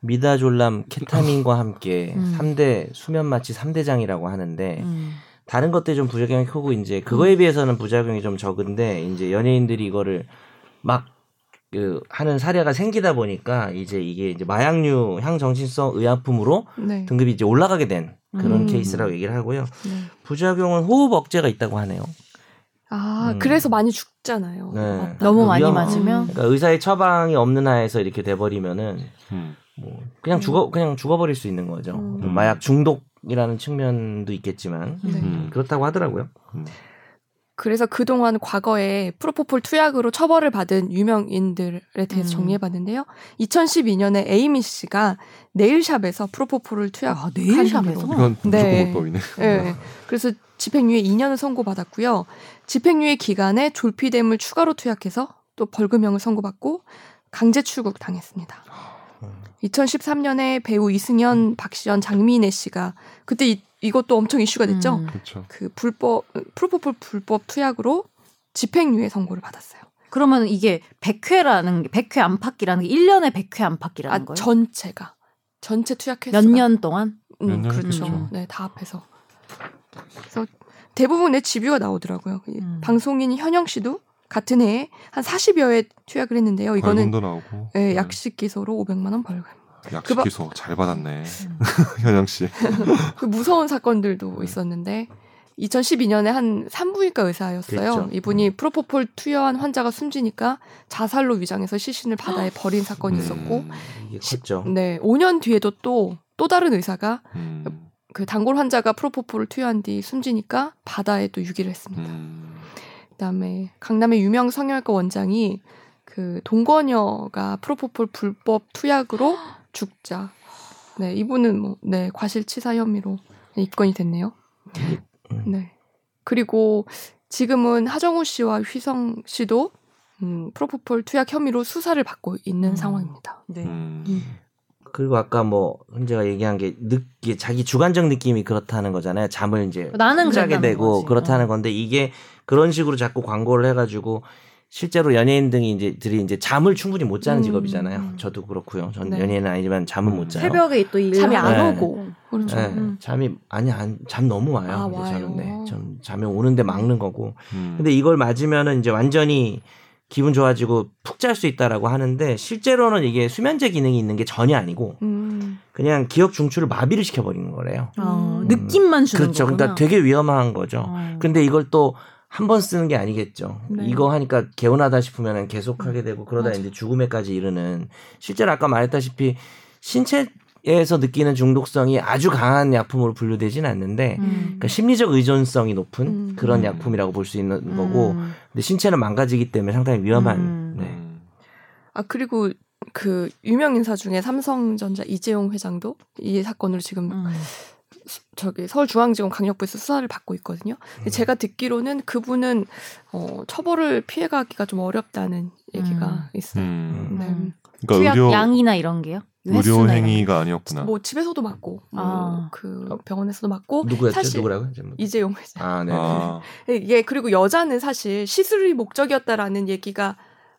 S2: 미다졸람 케타민과 함께
S3: 음.
S2: 삼 3대 수면 마취 3대장이라고 하는데
S3: 음.
S2: 다른 것들이 좀 부작용이 크고 이제 그거에 비해서는 부작용이 좀 적은데 이제 연예인들이 이거를 막 그 하는 사례가 생기다 보니까 이제 이게 이제 마약류 향정신성 의약품으로
S1: 네.
S2: 등급이 이제 올라가게 된 그런
S3: 음.
S2: 케이스라고 얘기를 하고요.
S1: 네.
S2: 부작용은 호흡 억제가 있다고 하네요.
S1: 아
S2: 음.
S1: 그래서 많이 죽잖아요.
S2: 네.
S3: 너무 많이
S2: 위험하죠.
S3: 맞으면
S2: 그러니까 의사의 처방이 없는 하에서 이렇게 돼 버리면은
S4: 음.
S2: 뭐 그냥 죽어 그냥 죽어버릴 수 있는 거죠. 뭐
S1: 음.
S2: 마약 중독이라는 측면도 있겠지만
S3: 네.
S4: 음.
S2: 그렇다고 하더라고요.
S4: 음.
S1: 그래서 그동안 과거에 프로포폴 투약으로 처벌을 받은 유명인들에 대해서
S3: 음.
S1: 정리해봤는데요. 2012년에 에이미 씨가 네일샵에서 프로포폴을 투약.
S3: 아, 네일샵에서?
S1: 한 혐의로.
S4: 이건 무조건
S1: 네.
S4: 불법이네.
S1: 예. 그래서 집행유예 2년을 선고받았고요. 집행유예 기간에 졸피뎀을 추가로 투약해서 또 벌금형을 선고받고 강제 출국 당했습니다. 2013년에 배우 이승현, 박시연, 장미애 씨가 그때 이, 이것도 엄청 이슈가 됐죠.
S3: 음.
S4: 그렇죠.
S1: 그 불법 프로포폴 불법 투약으로 집행유예 선고를 받았어요.
S3: 그러면 이게 100회라는 게 100회 안팎이라는 게 1년에 100회
S1: 아
S3: 안팎이라는 거예요?
S1: 전체가 전체 투약 횟수가
S3: 몇 년 동안?
S1: 음,
S4: 몇 년이죠.
S1: 그렇죠.
S3: 음.
S1: 네, 다 합해서. 그래서 대부분의 집유가 나오더라고요. 이
S3: 음.
S1: 방송인 현영 씨도 같은 해에 한 40여 회 투약을 했는데요. 이거는
S4: 벌금도 네. 나오고. 음.
S1: 예, 약식 기소로 500만 원 벌금.
S4: 약식
S1: 그거-
S4: 기소 잘 받았네.
S3: 음.
S4: 현영 씨.
S1: 그 무서운 사건들도
S4: 네.
S1: 있었는데 2012년에 한 산부인과 의사였어요.
S2: 그랬죠.
S1: 이분이
S4: 음.
S1: 프로포폴 투여한 환자가 숨지니까 자살로 위장해서 시신을 바다에 버린 사건이
S4: 네.
S1: 있었고
S2: 이게 컸죠.
S1: 네, 5년 뒤에도 또 또 다른 의사가
S4: 음,
S1: 그 단골 환자가 프로포폴을 투여한 뒤 숨지니까 바다에 또 유기를 했습니다.
S4: 음,
S1: 그다음에 강남의 유명 성형외과 원장이 그 동거녀가 프로포폴 불법 투약으로 죽자. 네, 이분은 뭐, 네, 과실치사 혐의로 입건이 됐네요. 네. 그리고 지금은 하정우 씨와 휘성 씨도 음, 프로포폴 투약 혐의로 수사를 받고 있는
S3: 음.
S1: 상황입니다.
S3: 네.
S4: 음.
S1: 음.
S2: 그리고 아까 뭐 현재가 얘기한 게 느끼 자기 주관적 느낌이 그렇다는 거잖아요. 잠을 이제
S3: 어, 나는
S2: 자게
S3: 그랬다는
S2: 되고
S3: 거지. 어.
S2: 그렇다는 건데 이게 그런 식으로 자꾸 광고를 해가지고 실제로 연예인 등이 이제 들이 이제 잠을 충분히 못 자는
S1: 음,
S2: 직업이잖아요.
S3: 음.
S2: 저도 그렇고요. 전
S1: 네.
S2: 연예인은 아니지만 잠은 못
S4: 음.
S2: 자요.
S3: 새벽에 또 일을
S1: 잠이
S3: 하고.
S1: 안
S2: 네.
S1: 오고 그렇죠.
S2: 네,
S1: 음.
S2: 잠이 아니 안, 잠 너무 와요.
S1: 아,
S2: 이제
S1: 와요.
S2: 저는 네, 좀 잠이 오는데 막는 거고.
S4: 음.
S2: 근데 이걸 맞으면은 이제 완전히 기분 좋아지고 푹 잘 수 있다라고 하는데 실제로는 이게 수면제 기능이 있는 게 전혀 아니고
S1: 음.
S2: 그냥 기억 중추를 마비를 시켜버리는 거래요.
S3: 어,
S1: 음.
S3: 느낌만 주는
S2: 그렇죠.
S3: 거구나.
S2: 그러니까 되게 위험한 거죠.
S3: 어.
S2: 근데 이걸 또 한 번 쓰는 게 아니겠죠.
S1: 네.
S2: 이거 하니까 개운하다 싶으면
S3: 음.
S2: 계속하게 되고 그러다
S1: 맞아.
S2: 이제 죽음에까지 이르는 실제로 아까 말했다시피 신체에서 느끼는 중독성이 아주 강한 약품으로 분류되진 않는데
S3: 음.
S2: 그러니까 심리적 의존성이 높은
S1: 음.
S2: 그런
S4: 음.
S2: 약품이라고 볼 수 있는 거고
S3: 음.
S2: 근데 신체는 망가지기 때문에 상당히 위험한
S3: 음.
S2: 네.
S1: 아 그리고 그 유명 인사 중에 삼성전자 이재용 회장도 이 사건으로 지금
S3: 음.
S4: 그러니까
S1: 수- 저기 서울중앙지검 강력부에서 수사를 받고 있거든요. 근데
S2: 음.
S1: 제가 듣기로는 그분은 어, 처벌을 피해가기가 좀 어렵다는 얘기가 있어요.
S4: 음.
S1: 네.
S3: 음.
S4: 그러니까
S3: 투약
S4: 의료
S3: 양이나 이런 게요?
S4: 의료
S3: 횟수나 이런
S4: 행위가 아니었구나.
S1: 뭐 집에서도 맞고,
S3: 아.
S1: 뭐그 병원에서도
S3: 어,
S1: 맞고.
S2: 어. 누구였죠?
S1: 사실
S2: 누구라고? 이제 뭐-
S1: 이재용 회장.
S2: 아, 네.
S4: 아,
S1: 예, 그리고 여자는 사실 시술이 목적이었다라는 얘기가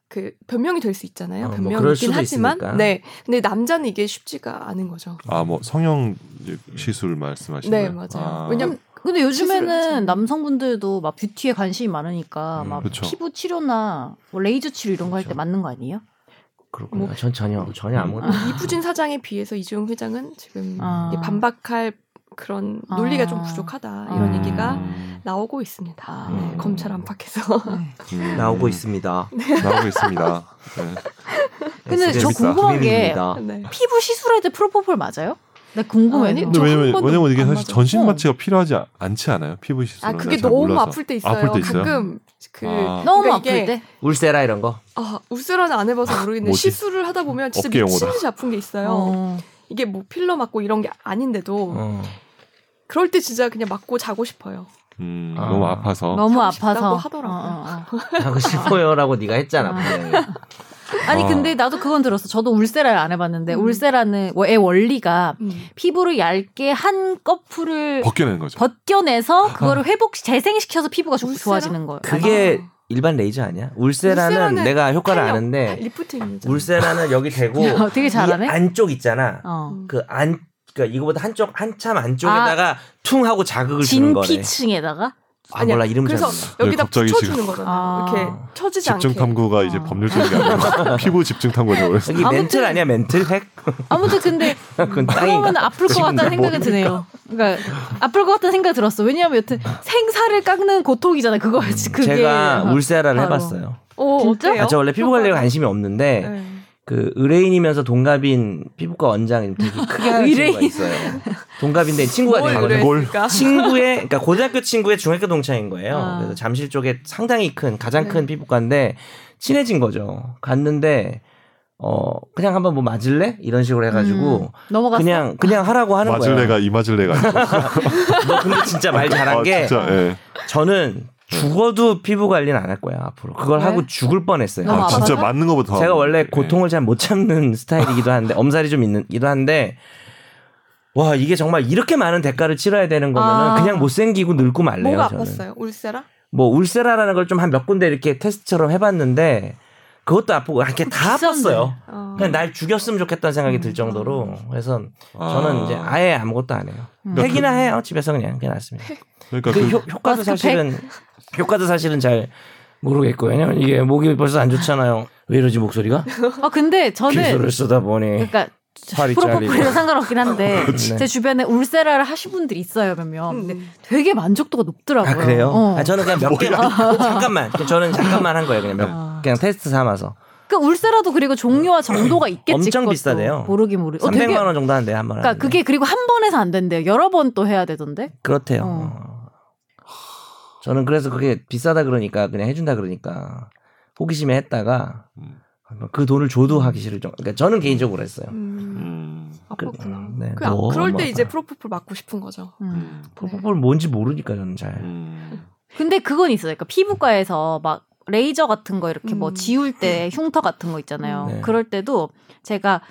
S1: 그 변명이 될 수 있잖아요.
S2: 어, 뭐
S1: 변명이긴
S2: 그럴 수도
S1: 하지만,
S2: 있으니까.
S1: 네. 근데 남자는 이게 쉽지가 않은 거죠.
S4: 아, 뭐 성형 시술 말씀하시는
S1: 네,
S4: 거예요?
S1: 맞아요.
S4: 아.
S1: 왜냐면
S3: 근데
S1: 시술을 하지.
S3: 요즘에는 남성분들도 막 뷰티에 관심이 많으니까
S2: 음,
S3: 막
S4: 그쵸.
S3: 피부 치료나 뭐 레이저 치료 이런 거 할 때
S2: 그쵸.
S4: 그렇죠.
S3: 맞는 거 아니에요?
S4: 음.
S2: 그렇군요. 전 전혀
S3: 네.
S2: 전혀 아무것도
S1: 이부진 사장에 비해서 이재용 회장은 지금
S3: 아.
S1: 이게 반박할 그런
S3: 아.
S1: 논리가 좀 부족하다 이런
S3: 음.
S1: 얘기가
S4: 음.
S1: 나오고 있습니다.
S3: 아.
S2: 음.
S1: 네, 검찰 안팎에서
S4: 음.
S2: 나오고 있습니다.
S4: 나오고 있습니다. 네.
S3: 근데 저
S4: 재밌다.
S3: 궁금한 게
S2: 비밀입니다.
S1: 네.
S3: 피부 시술할 때 프로포폴 맞아요? 나 궁금해.
S1: 아니,
S4: 근데
S1: 저한
S4: 왜냐면
S1: 번도
S4: 왜냐면 이게
S1: 안
S4: 사실
S1: 맞아요.
S4: 전신 마취가 필요하지 않- 않지 않아요? 피부 시술은.
S1: 아 그게
S4: 내가 잘
S1: 너무
S4: 몰라서.
S1: 아플 때 있어요.
S4: 아플 때 있어요?
S1: 가끔 그
S4: 아.
S3: 어. 너무
S1: 그러니까
S3: 아플
S1: 이게-
S3: 때.
S2: 울세라 이런 거.
S1: 아, 울스러는 안 해봐서 모르겠는데
S4: 뭐지?
S1: 시술을 하다 보면 진짜
S4: 어깨
S1: 미친
S4: 용어다.
S1: 듯이 아픈 게 있어요.
S3: 어.
S1: 이게 뭐 필러 맞고 이런 게 아닌데도
S2: 어.
S1: 그럴 때 진짜 그냥 맞고 자고 싶어요.
S4: 음,
S2: 아.
S4: 너무 아파서.
S3: 너무
S1: 하고 싶다고
S3: 아파서
S1: 하더라고요.
S3: 어, 어, 어.
S2: 하고 싶어요라고 네가 했잖아.
S3: 아.
S2: 분명히.
S3: 아니
S4: 아.
S3: 근데 나도 그건 들었어. 저도 울세라를 안 해봤는데
S1: 음.
S3: 울세라는 의 원리가
S1: 음.
S3: 피부를 얇게 한 거풀을
S4: 벗겨내는 거죠.
S3: 벗겨내서 그거를 회복 재생시켜서 피부가 좋-
S1: 울세라?
S3: 좋아지는 거예요.
S2: 어. 그게
S1: 아.
S2: 일반 레이저 아니야? 울세라는,
S1: 울세라는
S2: 내가 효과를
S1: 탄력,
S2: 아는데
S1: 네, 리프팅이죠.
S2: 울세라는 여기 대고
S3: 어, 되게
S2: 이
S3: 잘하네.
S2: 안쪽 있잖아.
S3: 어.
S1: 음.
S2: 그 안 그러니까 이거보다 한쪽 한참 안쪽에다가 퉁 하고 자극을 그 주는 거래.
S3: 아. 진피층에다가
S2: 아
S1: 아니야.
S2: 몰라 이름 잘.
S1: 그래서
S2: 몰라.
S1: 여기다
S4: 갑자기
S1: 붙여주는 거잖아요.
S3: 아.
S1: 이렇게 쳐지지
S4: 집중
S1: 않게.
S4: 탐구가 이제
S3: 아.
S4: 법률적인 게 아니라 피부 집중 탐구죠. 그래서
S2: 여기
S3: 아무튼-
S2: 멘틀 아니야 멘틀 핵?
S3: 아무튼 근데
S2: 그건 땅인가?
S3: 그러면 아플 것 같다는 생각이 드네요. 그러니까 아플 것 같다는 생각이 들었어. 왜냐하면 여튼 생사를 깎는 고통이잖아. 그거 그게 어.
S2: 제가 울세라를
S3: 바로.
S2: 해봤어요.
S1: 어,
S3: 진짜?
S1: 어때요?
S2: 아, 저 원래 피부 관리에 관심이 없는데
S1: 네.
S2: 그 의뢰인이면서 동갑인 피부과 원장이 되게 크게 하는 친구가
S3: 의뢰인.
S2: 있어요. 동갑인데 친구가
S4: 아,
S1: 뭘
S2: 되거든요.
S1: 의뢰했을까?
S2: 친구의 그러니까 고등학교 친구의 중학교 동창인 거예요.
S3: 아.
S2: 그래서 잠실 쪽에 상당히 큰 가장
S1: 네.
S2: 큰 피부과인데 친해진 거죠. 갔는데 어 그냥 한번 뭐 맞을래 이런 식으로 해가지고
S3: 음. 넘어갔어.
S2: 그냥 그냥 하라고 하는 거예요.
S4: 마질레가 이마질레가 아니고.
S2: 너 근데 진짜 말 잘한
S4: 아,
S2: 게
S4: 진짜 예.
S2: 저는 죽어도 피부 관리는 안 할 거야 앞으로. 그걸
S1: 왜?
S2: 하고 죽을 뻔했어요.
S3: 너무
S4: 아, 진짜
S3: 아파서?
S4: 맞는 거보다 예.
S2: 제가 원래 고통을 잘 못 참는 스타일이기도 한데 엄살이 좀 있는기도 한데 와 이게 정말 이렇게 많은 대가를 치러야 되는 거면은
S3: 아.
S2: 그냥 못생기고 늙고 말래요.
S1: 뭐가
S2: 저는.
S1: 아팠어요? 울세라?
S2: 뭐 울세라라는 걸 좀 한 몇 군데 이렇게 테스트처럼 해봤는데 그것도 아프고 아, 이렇게 다
S3: 비싼데.
S2: 아팠어요.
S1: 어.
S2: 그냥 날 죽였으면 좋겠다는 생각이 들 정도로 그래서
S4: 아.
S2: 저는 이제 아예 아무것도 안 해요.
S3: 음.
S2: 팩이나 해요 어, 집에서 그냥 그게 낫습니다.
S4: 그러니까
S2: 그
S4: 그,
S2: 효, 과도
S3: 마스크팩?
S2: 사실은 효과도 사실은 잘 모르겠고 왜냐면 이게 목이 벌써 안 좋잖아요. 왜 이러지 목소리가?
S3: 아 근데 저는
S2: 기술을 쓰다 보니
S3: 그러니까
S2: 팔이
S3: 프로포폴이랑
S2: 잘리고.
S3: 상관없긴 한데
S2: 그치.
S3: 제 주변에 울세라를 하신 분들이 있어요 몇
S1: 음.
S3: 명. 근데
S1: 네.
S3: 되게 만족도가 높더라고요.
S2: 아 그래요?
S3: 어.
S2: 아, 저는 그냥 몇 개 잠깐만 저는 잠깐만 한 거예요 그냥 몇-
S3: 아.
S2: 그냥 테스트 삼아서
S3: 그 울세라도 그리고 종류와 정도가 있겠지.
S2: 엄청
S3: 그것도.
S2: 비싸대요.
S3: 모르긴 모르. 어,
S2: 300만
S3: 되게
S2: 원 정도 한대 한 번.
S3: 그러니까
S2: 하는데.
S3: 그게 그리고 한 번에서 안 된대요. 여러 번 또 해야 되던데.
S2: 그렇대요.
S3: 어.
S2: 저는 그래서 그게 비싸다 그러니까 그냥 해준다 그러니까 호기심에 했다가
S4: 음.
S2: 그 돈을 줘도 하기 싫을 정도. 그러니까 저는 개인적으로 했어요.
S1: 음.
S4: 음,
S1: 아팠구나.
S2: 네,
S1: 그,
S3: 뭐
S2: 너무
S1: 럴때
S2: 아파요.
S1: 이제 프로포폴 맞고 싶은 거죠.
S3: 음.
S4: 음,
S2: 프로포폴 뭔지 모르니까 저는 잘.
S4: 음.
S3: 근데 그건 있어요. 그러니까 피부과에서 막 레이저 같은 거 이렇게 뭐
S1: 음.
S3: 지울 때 흉터 같은 거 있잖아요.
S2: 네.
S3: 그럴 때도 제가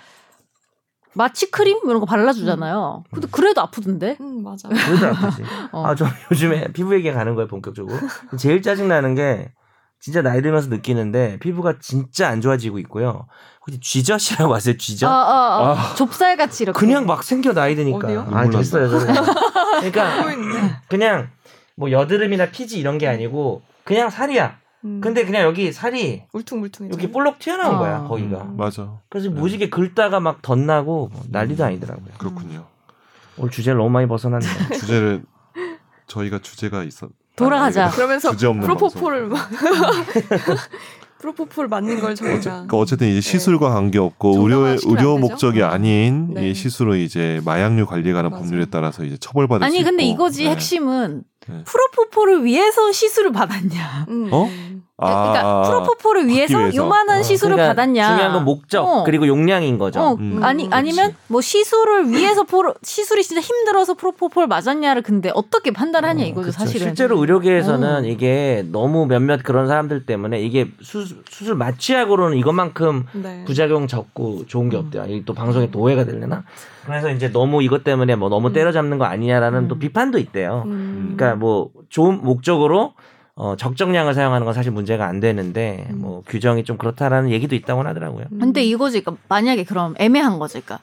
S3: 마취 크림 이런 거 발라주잖아요. 근데 그래도 아프던데.
S1: 음, 맞아.
S2: 그래도 음. 아프지.
S3: 어.
S2: 아, 저 요즘에 피부 얘기 가는 거예요, 본격적으로. 제일 짜증나는 게, 진짜 나이 들면서 느끼는데, 피부가 진짜 안 좋아지고 있고요. 혹시 쥐젖이라고 아세요, 쥐젖?
S3: 아, 네. 아, 아.
S4: 아.
S3: 좁쌀 같이 이렇게.
S2: 그냥 막 생겨, 나이 드니까.
S1: 어디요?
S2: 아,
S4: 눈물
S2: 됐어요. 저는. 그러니까,
S1: 보이는데.
S2: 그냥, 뭐 여드름이나 피지 이런 게 아니고, 그냥 살이야.
S1: 음,
S2: 근데 그냥 여기 살이,
S1: 울퉁불퉁해.
S2: 여기 볼록 튀어나온
S3: 아.
S2: 거야, 거기가.
S1: 음.
S4: 맞아.
S2: 그래서 무지개 긁다가 막 덧나고, 뭐 난리도
S4: 음.
S2: 아니더라고요.
S4: 그렇군요.
S2: 오늘 주제를 너무 많이 벗어났네.
S4: 주제를 저희가 주제가 있어.
S3: 돌아가자.
S1: 그러면서
S4: 주제 없는
S1: 프로포폴을
S3: 뭐
S1: 막 프로포폴 맞는 걸 저희가
S4: 그러니까 어쨌든
S3: 네.
S4: 이제 시술과 관계없고 의료의
S1: 정당화시키면
S4: 의료
S1: 안 되죠?
S4: 목적이 아닌
S1: 네.
S4: 이 시술로 이제 마약류 관리에 관한
S1: 맞아요.
S4: 법률에 따라서 이제 처벌받을 수
S3: 아니
S4: 있고.
S3: 근데 이거지
S4: 네.
S3: 핵심은
S4: 네.
S3: 프로포폴을 위해서 시술을 받았냐.
S1: 음,
S4: 어?
S1: 음.
S4: 아,
S3: 그러니까
S4: 아,
S3: 프로포폴을 위해서,
S4: 위해서.
S3: 요만한
S4: 어.
S3: 시술을
S2: 그러니까
S3: 받았냐.
S2: 중요한 건 목적,
S3: 어.
S2: 그리고 용량인 거죠.
S3: 어,
S4: 음.
S3: 아니
S1: 그렇지.
S3: 아니면 뭐 시술을 위해서 포로, 시술이 진짜 힘들어서 프로포폴 맞았냐를 근데 어떻게 판단하냐
S2: 어,
S3: 이거죠
S2: 그쵸.
S3: 사실은.
S2: 실제로
S3: 어.
S2: 의료계에서는 이게 너무 몇몇 그런 사람들 때문에 이게 수, 술 마취약으로는 이것만큼
S1: 네.
S2: 부작용 적고 좋은 게
S3: 음.
S2: 없대요. 이게 또 방송에 또 오해가 되려나? 그래서 이제 너무 이것 때문에 뭐 너무
S1: 음.
S2: 때려잡는 거 아니냐라는
S3: 음.
S2: 또 비판도 있대요.
S1: 음.
S2: 그러니까 뭐 좋은 목적으로 어, 적정량을 사용하는 건 사실 문제가 안 되는데
S1: 음.
S2: 뭐 규정이 좀 그렇다라는 얘기도 있다고 하더라고요.
S1: 음.
S3: 근데 이거지 그러니까 만약에 그럼 애매한 거지 그러니까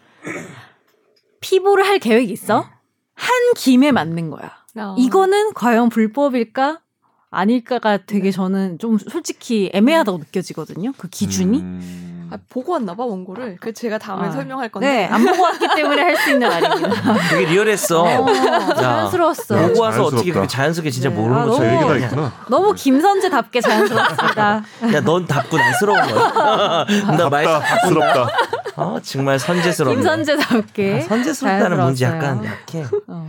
S3: 피부를 할 계획이 있어 한 김에 맞는 거야.
S1: 아.
S3: 이거는 과연 불법일까? 아닐까가 되게 저는 좀 솔직히 애매하다고 느껴지거든요. 그 기준이.
S4: 음.
S1: 아, 보고 왔나 봐 원고를. 그 제가 다음에
S3: 아.
S1: 설명할 건데.
S3: 네, 안 보고 왔기 때문에 할 수 있는 말입니다.
S2: 되게 리얼했어.
S3: 어, 자연스러웠어.
S4: 야.
S2: 보고 와서 어떻게
S4: 자연스럽다.
S2: 그렇게 자연스럽게 진짜
S1: 네.
S2: 모르는
S3: 아,
S2: 거죠.
S4: 저
S3: 너무-
S4: 얘기가 있구나.
S3: 너무 김선재답게 자연스러웠습니다.
S2: 야, 넌 답고 난스러운 거야. 나 말,
S4: 답답스럽다.
S2: 아, 정말 선재스럽네. 아,
S3: 김선재답게.
S2: 선재스럽다는 뭔지 약간
S3: 자연스러웠어요.
S2: 약해.
S3: 어.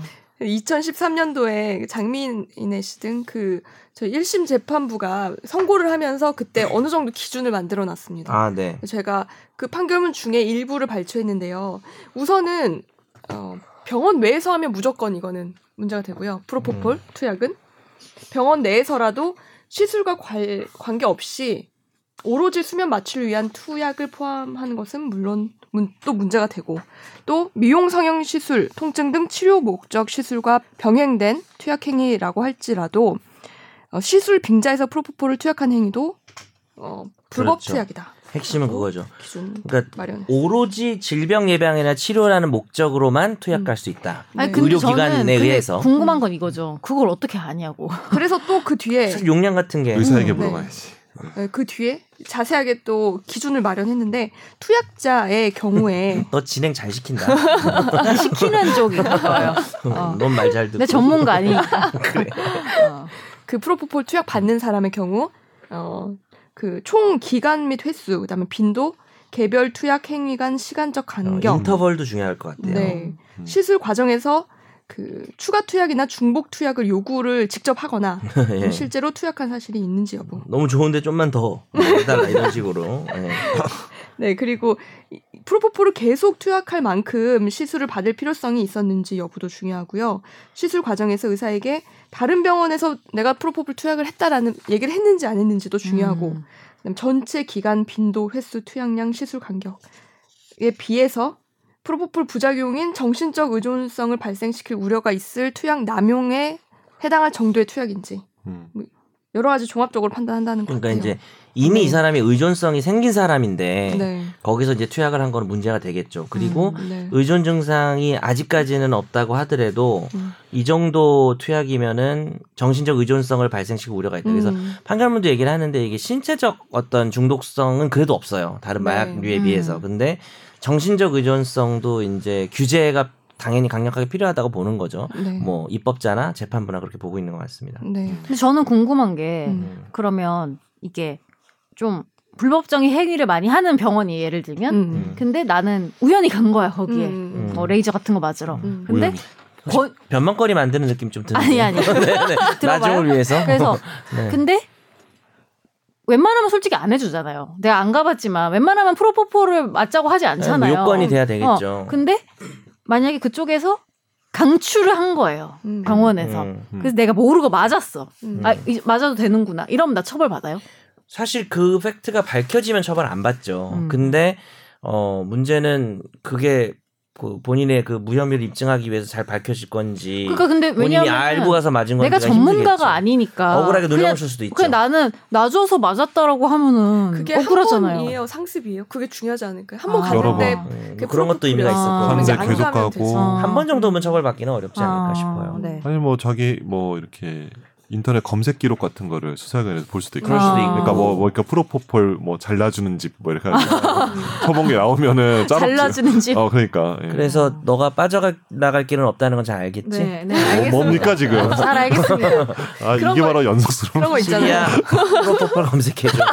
S1: 2013년도에 장미인의 씨등 그저 1심 재판부가 선고를 하면서 그때 어느 정도 기준을 만들어 놨습니다.
S2: 아, 네.
S1: 제가 그 판결문 중에 일부를 발췌했는데요. 우선은 어, 병원 외에서 하면 무조건 이거는 문제가 되고요. 프로포폴
S2: 음.
S1: 투약은 병원 내에서라도 시술과 관, 관계없이 오로지 수면 마취를 위한 투약을 포함하는 것은 물론 문- 또 문제가 되고 또 미용 성형 시술, 통증 등 치료 목적 시술과 병행된 투약 행위라고 할지라도 어, 시술 빙자에서 프로포폴을 투약한 행위도 어, 불법
S2: 그렇죠.
S1: 투약이다.
S2: 핵심은 그거죠.
S1: 기준
S2: 그러니까
S1: 마련.
S2: 오로지 질병 예방이나 치료라는 목적으로만
S3: 음.
S2: 투약할 수 있다.
S3: 아니,
S1: 네.
S3: 근데
S2: 의료기관에
S3: 저는
S2: 의해서.
S3: 근데 궁금한 건 이거죠. 그걸 어떻게 아냐고.
S1: 그래서 또 그
S3: 네.
S1: 뒤에
S2: 사실 용량 같은 게
S4: 의사에게
S1: 음, 네.
S4: 물어봐야지.
S1: 네, 그 뒤에 자세하게 또 기준을 마련했는데 투약자의 경우에
S2: 너 진행 잘 시킨다.
S3: 시키는 쪽이 있어요. 어.
S2: 넌 말 잘 듣고.
S3: 내 전문가 아니니까.
S2: 그래.
S3: 어.
S1: 그 프로포폴 투약 받는 사람의 경우 어 그 총 기간 및 횟수 그다음에 빈도 개별 투약 행위 간 시간적
S2: 어,
S1: 간격
S2: 인터벌도 중요할 것 같아요.
S1: 네
S3: 어.
S4: 음.
S1: 시술 과정에서 그 추가 투약이나 중복 투약을 요구를 직접 하거나
S2: 예.
S1: 실제로 투약한 사실이 있는지 여부
S2: 너무 좋은데 좀만 더뭐 해달라 이런 식으로. 예.
S1: 네, 그리고 이- 프로포폴을 계속 투약할 만큼 시술을 받을 필요성이 있었는지 여부도 중요하고요. 시술 과정에서 의사에게 다른 병원에서 내가 프로포폴 투약을 했다라는 얘기를 했는지 안 했는지도 중요하고,
S3: 음.
S1: 그다음 전체 기간, 빈도, 횟수, 투약량, 시술 간격에 비해서 프로포폴 부작용인 정신적 의존성을 발생시킬 우려가 있을 투약 남용에 해당할 정도의 투약인지
S4: 음.
S1: 여러 가지 종합적으로 판단한다는 것
S2: 그러니까
S1: 같아요.
S2: 이제
S1: 네.
S2: 이미 이 사람이 의존성이 생긴 사람인데
S1: 네.
S2: 거기서 이제 투약을 한 건 문제가 되겠죠. 그리고
S3: 음.
S1: 네.
S2: 의존 증상이 아직까지는 없다고 하더라도
S1: 음.
S2: 이 정도 투약이면은 정신적 의존성을 발생시킬 우려가 있다. 그래서
S1: 음.
S2: 판결문도 얘기를 하는데 이게 신체적 어떤 중독성은 그래도 없어요. 다른
S1: 네.
S2: 마약류에
S3: 음.
S2: 비해서. 근데 정신적 의존성도 이제 규제가 당연히 강력하게 필요하다고 보는 거죠.
S1: 네.
S2: 뭐 입법자나 재판부나 그렇게 보고 있는 것 같습니다.
S1: 네.
S3: 근데 저는 궁금한 게
S1: 음.
S2: 음.
S3: 그러면 이게 좀 불법적인 행위를 많이 하는 병원이 예를 들면
S1: 음.
S3: 근데 나는 우연히 간 거야 거기에
S1: 음.
S2: 음.
S3: 어, 레이저 같은 거 맞으러
S1: 음.
S3: 근데
S4: 우연히.
S3: 권-
S2: 변명거리 만드는 느낌 좀 드는데.
S3: 아니, 아니.
S2: 네, 네. 나중을 위해서.
S3: 그래서
S2: 네.
S3: 근데 웬만하면 솔직히 안 해주잖아요 내가 안 가봤지만 웬만하면 프로포폴을 맞자고 하지 않잖아요
S2: 뭐 요건이 돼야 되겠죠. 음.
S3: 어, 근데 만약에 그쪽에서 강추를 한 거예요
S1: 음.
S3: 병원에서
S2: 음.
S3: 그래서 내가 모르고 맞았어
S1: 음.
S3: 아 이- 맞아도 되는구나 이러면 나 처벌 받아요
S2: 사실 그 팩트가 밝혀지면 처벌 안 받죠.
S3: 음.
S2: 근데 어 문제는 그게 그 본인의 그 무혐의를 입증하기 위해서 잘 밝혀질 건지
S3: 그러니까 근데
S2: 예. 본인이
S3: 왜냐면
S2: 알고 가서 맞은 건지
S3: 내가 전문가가 아니니까
S2: 억울하게
S3: 그냥,
S2: 놀려먹을 수도 있죠.
S3: 그냥 나는 놔줘서 맞았다라고 하면은
S1: 그게
S3: 음. 억울하잖아요.
S1: 한 번이에요, 상습이에요. 그게 중요하지 않을까요? 한 번
S3: 아,
S4: 여러
S1: 갔는데
S4: 번.
S2: 음,
S1: 그
S2: 그런 것도 의미가
S1: 프로토콜이-
S2: 있을
S3: 아.
S2: 거고
S1: 그런지
S4: 선제
S1: 안
S4: 계속
S1: 가면
S4: 가고
S3: 되죠.
S2: 한 번 정도면 처벌받기는 어렵지 않을까
S3: 음. 아,
S2: 싶어요.
S3: 네.
S4: 아니 뭐 자기 뭐 이렇게 인터넷 검색 기록 같은 거를 수사관에서 볼 수도 있고
S2: 그럴 수도 있고.
S4: 그러니까 뭐, 뭐 이렇게 프로포폴 뭐 잘라주는 집 뭐 이렇게 쳐본 게 나오면은 짜롭지.
S3: 잘라주는 집.
S4: 어 그러니까. 예.
S2: 그래서 너가 빠져나갈 길은 없다는 건 잘 알겠지. 어,
S3: 네, 네,
S4: 뭐,
S3: 알겠습니다.
S4: 뭡니까 지금?
S3: 잘 알겠습니다.
S4: 아
S1: 그런
S4: 이게
S1: 거-
S4: 바로 연속스러운
S1: 그런 거
S2: 시리아
S1: 있잖아요.
S2: 프로토콜 검색해줘.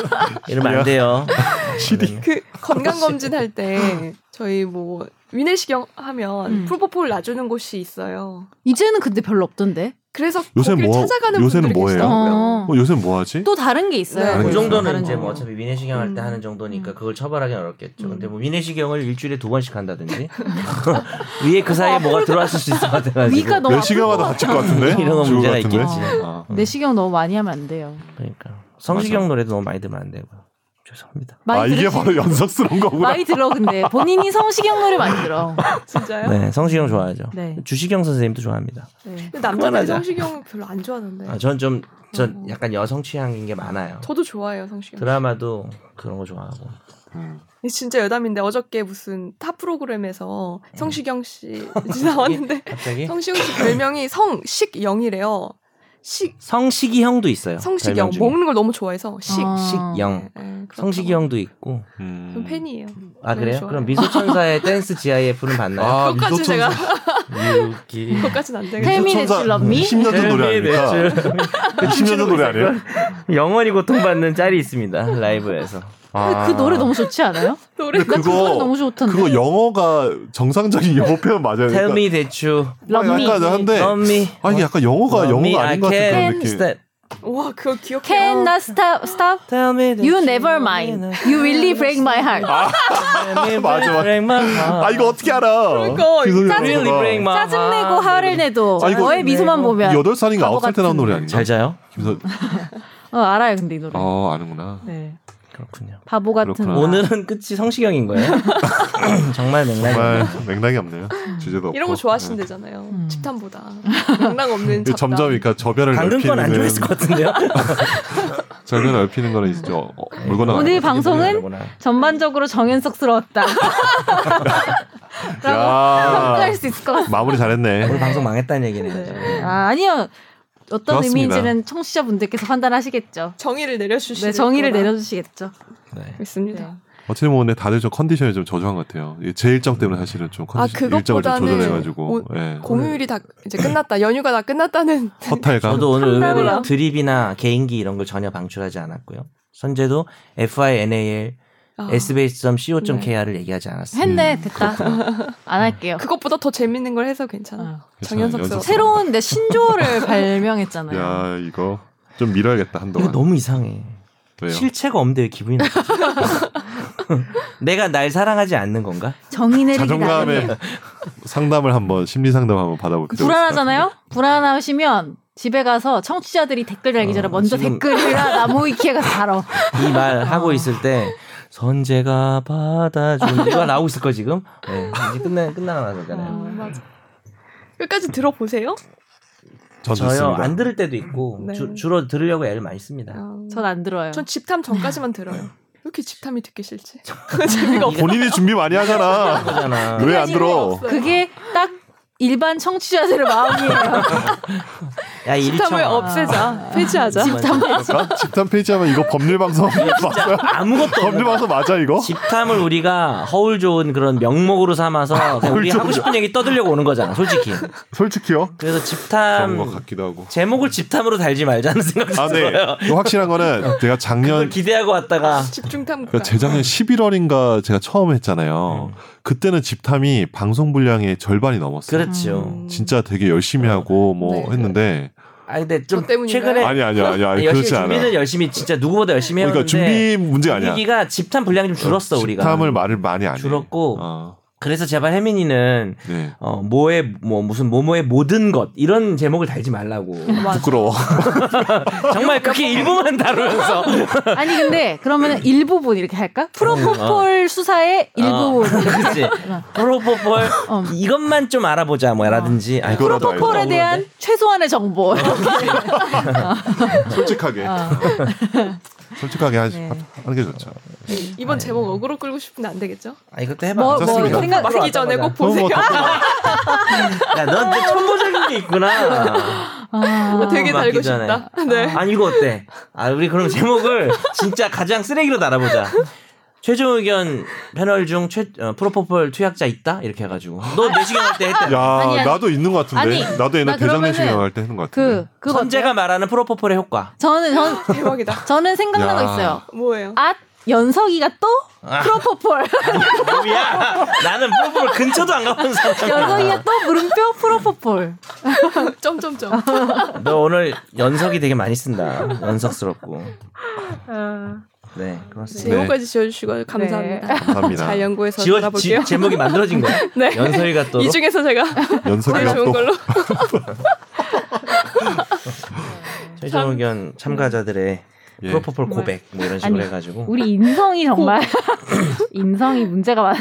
S2: 이러면 안 돼요. 네.
S4: 시리.
S1: 그 건강 검진 할 때 저희 뭐 위내시경 하면
S3: 음.
S1: 프로포폴 놔주는 곳이 있어요.
S3: 이제는 근데 별로 없던데.
S1: 그래서
S4: 요새
S1: 거기를
S4: 뭐-
S1: 찾아가는
S4: 요새는
S1: 분들이
S4: 뭐예요?
S1: 계시더라고요.
S4: 어, 요새 뭐 하지?
S3: 또 그렇죠. 다른 게 있어요.
S1: 네.
S2: 그
S4: 알겠어요.
S2: 정도는
S4: 다른
S2: 이제 뭐
S4: 정도.
S2: 어차피 위내시경 할 때
S1: 음.
S2: 하는 정도니까 그걸 처벌하기는 어렵겠죠.
S1: 음.
S2: 근데 뭐 위내시경을 일주일에 두 번씩 한다든지 위에 그 사이에 뭐가 들어왔을 수 있을 것 같아가지고
S3: 위가 너무
S4: 몇
S3: 아플 것
S4: 시간마다
S3: 같아.
S4: 다칠 것 같은데?
S2: 이런 건
S4: 죽을 것
S2: 문제가
S4: 같은데?
S2: 있겠지.
S4: 아.
S3: 내시경 너무 많이 하면 안 돼요.
S2: 그러니까 성시경
S4: 맞아.
S2: 노래도 너무 많이 들으면 안 되고 죄송합니다.
S3: 많이
S4: 아 이게
S3: 들으시-
S4: 바로 연속스러운 거구나.
S3: 많이 들어 근데 본인이 성시경 노래 많이 들어.
S1: 진짜요?
S2: 네, 성시경 좋아하죠.
S3: 네.
S2: 주시경 선생님도 좋아합니다.
S3: 네.
S1: 근데 남자들이
S2: 그만하자.
S1: 성시경 별로 안 좋아하는데.
S2: 아, 전 좀 전
S1: 어.
S2: 약간 여성 취향인 게 많아요.
S1: 저도 좋아해요 성시경.
S2: 드라마도 그런 거 좋아하고.
S4: 음.
S1: 진짜 여담인데 어저께 무슨 타 프로그램에서
S4: 네.
S1: 성시경 씨 나왔는데
S4: 예.
S2: 갑자기
S1: 성시경 씨 별명이 성식영이래요. 식
S2: 성식이 형도 있어요.
S1: 성시경
S2: 아, 별명 중에.
S1: 먹는 걸 너무 좋아해서 식.
S3: 아.
S2: 식영.
S1: 예, 예, 그렇다고.
S2: 성식이 형도 있고.
S4: 음.
S1: 전 팬이에요.
S2: 아
S1: 네,
S2: 그래요?
S1: 좋아요.
S2: 그럼 미소천사의 댄스 GIF는 봤나요?
S4: 아
S1: 그것까지
S4: 미소천사.
S1: 제가
S2: 유기.
S1: 그것까지는 안 되겠어요.
S3: 팬- 텔미
S4: 미소천사
S3: 내추럴 미?
S4: 10년 전 노래
S2: 네,
S4: 아닙니까? 그 10년 전 노래 아니에요?
S2: 영원히 고통받는 짤이 있습니다. 라이브에서. 아.
S3: 근데 그 노래 너무 좋지 않아요?
S1: 노래
S4: 근데
S3: 나그 노래
S4: 그거-
S3: 너무 좋던데.
S4: 그거 영어가 정상적인 영어 표현 맞아요. 그러니까 아,
S2: Tell me that you
S3: Love me.
S4: 약간 한데
S2: love me.
S4: 아 이게 약간 영어가
S2: Love me,
S4: 영어가
S2: I
S4: 아닌 것 같은 그런
S2: can't
S4: 느낌.
S2: stop.
S1: 와 그거 기억해요.
S3: Can not stop, stop.
S2: Tell me
S4: 네,
S2: that
S3: You never mind. You really break my heart.
S4: 아,
S2: Tell me
S4: 맞아, 맞아.
S2: break my heart.
S4: 아 이거 어떻게 알아?
S1: 그러니까
S4: 기성이
S1: 짜증-
S2: Really
S4: 형사가.
S2: break my heart.
S3: 어, 짜증 내고 화를 내도
S4: 아, 이거-
S3: 너의 미소만 보면
S4: 여덟 살인가 아홉 살 때 나온
S3: 바보
S4: 노래 아닌가?
S2: 잘 자요?
S4: 김선.
S3: 어, 알아요 근데 이 노래.
S4: 어 아는구나.
S3: 네.
S2: 그렇군요.
S3: 바보 같은.
S4: 그렇구나.
S3: 나.
S2: 오늘은 끝이 성시경인 거예요. 정말 맥락.
S4: 정말 맥락이 없네요. 주제도 없고.
S1: 이런 거 좋아하신대잖아요. 집탐보다 명랑 없는
S4: 네.
S1: 잡담.
S4: 점점 그러니까 저변을
S2: 방금 건 안
S4: 넓히는
S2: 좋아했을 것 같은데요.
S4: 저변을 넓히는 거는 이제 어, 어, 물건
S3: 오늘
S4: 나가는
S3: 방송은
S2: 노래구나.
S3: 전반적으로 정연석스러웠다.
S4: 거.
S3: 평가할
S4: 야
S3: 수 있을 것 같아.
S4: 마무리 잘했네.
S2: 오늘 방송 망했다는 얘기네요.
S3: 아, 아니요. 어떤
S4: 좋았습니다.
S3: 의미인지는 청취자분들께서 판단하시겠죠.
S1: 정의를 내려주시.
S3: 네, 정의를 내려주시겠죠.
S2: 네.
S1: 있습니다.
S4: 어쨌든 뭐 근데 다들 좀 컨디션이 좀 저조한 것 같아요. 이제 일정 때문에 사실은 좀 컨디션
S1: 그것보다는
S4: 일정을 좀 조절해가지고 예.
S1: 공휴일이 다 이제 끝났다. 연휴가 다 끝났다는
S4: 허탈감.
S2: 저도 오늘
S3: 상당해요.
S2: 의외로 드립이나 개인기 이런 걸 전혀 방출하지 않았고요. 선재도 final
S1: 아,
S2: sbs.co.kr을 얘기하지 않았어요.
S3: 했네, 됐다. 음. 안 할게요.
S1: 아, 그것보다 더 재밌는 걸 해서 괜찮아.
S3: 어.
S1: 정연석스러워.
S4: 연속스러워.
S3: 새로운 내 신조어를 발명했잖아요.
S4: 야 이거 좀 밀어야겠다
S2: 이거
S4: 한동안.
S2: 너무 이상해.
S4: 왜요?
S2: 실체가 없는데 왜 기분이 나쁘지? 내가 날 사랑하지 않는 건가?
S3: 정의 내리기
S4: 자존감에
S3: 나름이에요.
S4: 상담을 한번 심리 상담 한번 받아볼게요.
S3: 불안하잖아요? 불안하시면 집에 가서 청취자들이 댓글 달기 전에
S2: 어,
S3: 먼저
S2: 지금-
S3: 댓글이나 나무위키에 가서 달어.
S2: 이
S1: 아.
S2: 말 하고 있을 때 선재가 받아준 이거 나오고 있을 거 지금. 네, 이제 끝나 끝나고 나서잖아요.
S1: 어,
S2: 그러니까 뭐
S1: 맞아. 끝까지 들어보세요.
S4: 전
S2: 저요
S4: 좋습니다.
S2: 안 들을 때도 있고
S1: 네.
S2: 주, 주로 들으려고 애를 많이 씁니다.
S1: 어.
S3: 전 안 들어요.
S1: 전 집탐 전까지만 들어요. 왜 이렇게 집탐이 듣기 싫지? 재미가 없어.
S4: 본인이 준비 많이 하잖아.
S2: 그거잖아.
S4: 왜
S1: 재미가
S4: 안 들어?
S1: 없어요.
S3: 그게 딱 일반 청취자들의 마음이에요.
S2: 야
S1: 집탐을
S2: 일청아.
S1: 없애자. 폐지하자.
S2: 집탐
S4: 그러니까 집단 페이지 하면 이거 법률 방송 맞아요?
S2: 아무것도 없는
S4: 법률 방송 맞아 이거?
S2: 집탐을 우리가 허울 좋은 그런 명목으로 삼아서 그냥 우리
S4: 허울
S2: 하고
S4: 좋은
S2: 싶은 얘기 떠들려고 오는 거잖아, 솔직히.
S4: 솔직히요?
S2: 그래서
S4: 그런 것
S2: 집탐
S4: 같기도 하고.
S2: 제목을 집탐으로 달지 말자는 생각도
S4: 아, 네.
S2: 들어요.
S4: 또 확실한 거는 제가
S2: 그걸
S4: 작년
S2: 기대하고 왔다가
S1: 집중탐구가.
S4: 그러니까 재작년 11월인가 제가 처음 했잖아요.
S2: 네.
S4: 그때는 집탐이 방송 분량의 절반이 넘었어요.
S2: 그렇죠.
S1: 음.
S4: 진짜 되게 열심히 하고 뭐
S1: 네.
S4: 했는데
S2: 아 근데 좀
S1: 저뭐 때문인가요?
S2: 최근에
S4: 아니 아니 아니 아니
S2: 열심히
S4: 그렇지 않아.
S2: 준비는
S4: 요
S2: 열심히 진짜 누구보다 열심히
S4: 그러니까
S2: 해왔는데
S4: 준비 문제 가 아니야.
S2: 분위기가 집탐 분량이 좀 줄었어 우리가.
S4: 집탐을 말을 많이 안 해.
S2: 줄었고
S4: 어.
S2: 그래서 제발 혜민이는
S4: 네.
S2: 어 뭐의 뭐 무슨 뭐뭐의 모든 것 이런 제목을 달지 말라고
S4: 부끄러워.
S2: 정말 그렇게 일부만 다루면서
S3: 아니 근데 그러면 일부분 이렇게 할까?
S2: 아.
S3: 프로포폴 수사의
S2: 어,
S3: 일부분.
S2: 그치 프로포폴
S3: 어.
S2: 이것만 좀 알아보자 뭐라든지 아,
S4: 이거라도
S2: 그것도
S4: 알고.
S3: 프로포폴에
S2: 어려운데. 아.
S3: 대한 최소한의 정보.
S4: 솔직하게. 솔직하게 하시,
S3: 네.
S4: 하는 게 좋죠.
S2: 네.
S1: 이번 제목 어그로 끌고 싶은데 안 되겠죠?
S2: 아 이것도 해봐
S3: 뭐, 뭐
S4: 좋습니다.
S3: 생각
S2: 바로
S1: 맞기 전에
S2: 왔다
S1: 꼭 보세요.
S2: 야넌 천보적인 게 있구나
S3: 아,
S1: 되게
S2: 맞기
S1: 달고
S2: 전에.
S1: 싶다. 네.
S2: 아니 이거 어때 아 우리 그럼 제목을 진짜 가장 쓰레기로 달아보자 최종 의견 패널 중 최, 어, 프로포폴 투약자 있다 이렇게 해가지고 너 내시경 할 때 했다
S4: 야,
S3: 아니, 아니.
S4: 나도 있는 것 같은데.
S3: 아니,
S4: 나도
S3: 나
S4: 옛날 대장
S3: 그러면은
S4: 내시경 할때 했는 것 같은데.
S3: 그 그거
S2: 선재가
S3: 어때요?
S2: 말하는 프로포폴의 효과
S3: 저는 전
S2: 아.
S1: 대박이다.
S3: 저는 생각난 거
S4: 야.
S3: 있어요.
S1: 뭐예요?
S3: 아 연석이가 또
S2: 아.
S3: 프로포폴.
S2: 뭐야 나는 프로포폴 근처도 안 가본 사람이야
S3: 연석이가 또 물음표 프로포폴.
S1: 점점점.
S2: 너 오늘 연석이 되게 많이 쓴다 연석스럽고
S1: 아.
S2: 네 그렇습니다
S1: 제목까지 지어주시고 감사합니다.
S4: 감사합니다.
S1: 잘 연구해서
S2: 지워
S1: 알아볼게요.
S2: 지, 제목이 만들어진 거야
S1: 네.
S2: 연석이가 또
S1: 이 중에서 제가 제일
S4: 연석이가
S1: 좋은
S4: 또
S1: 걸로.
S2: 최종 의견 참가자들의
S1: 음.
S4: 예.
S1: 네.
S2: 프로포폴 고백 뭐 이런 식으로
S3: 아니,
S2: 해가지고
S3: 우리 인성이 정말 인성이 문제가 많.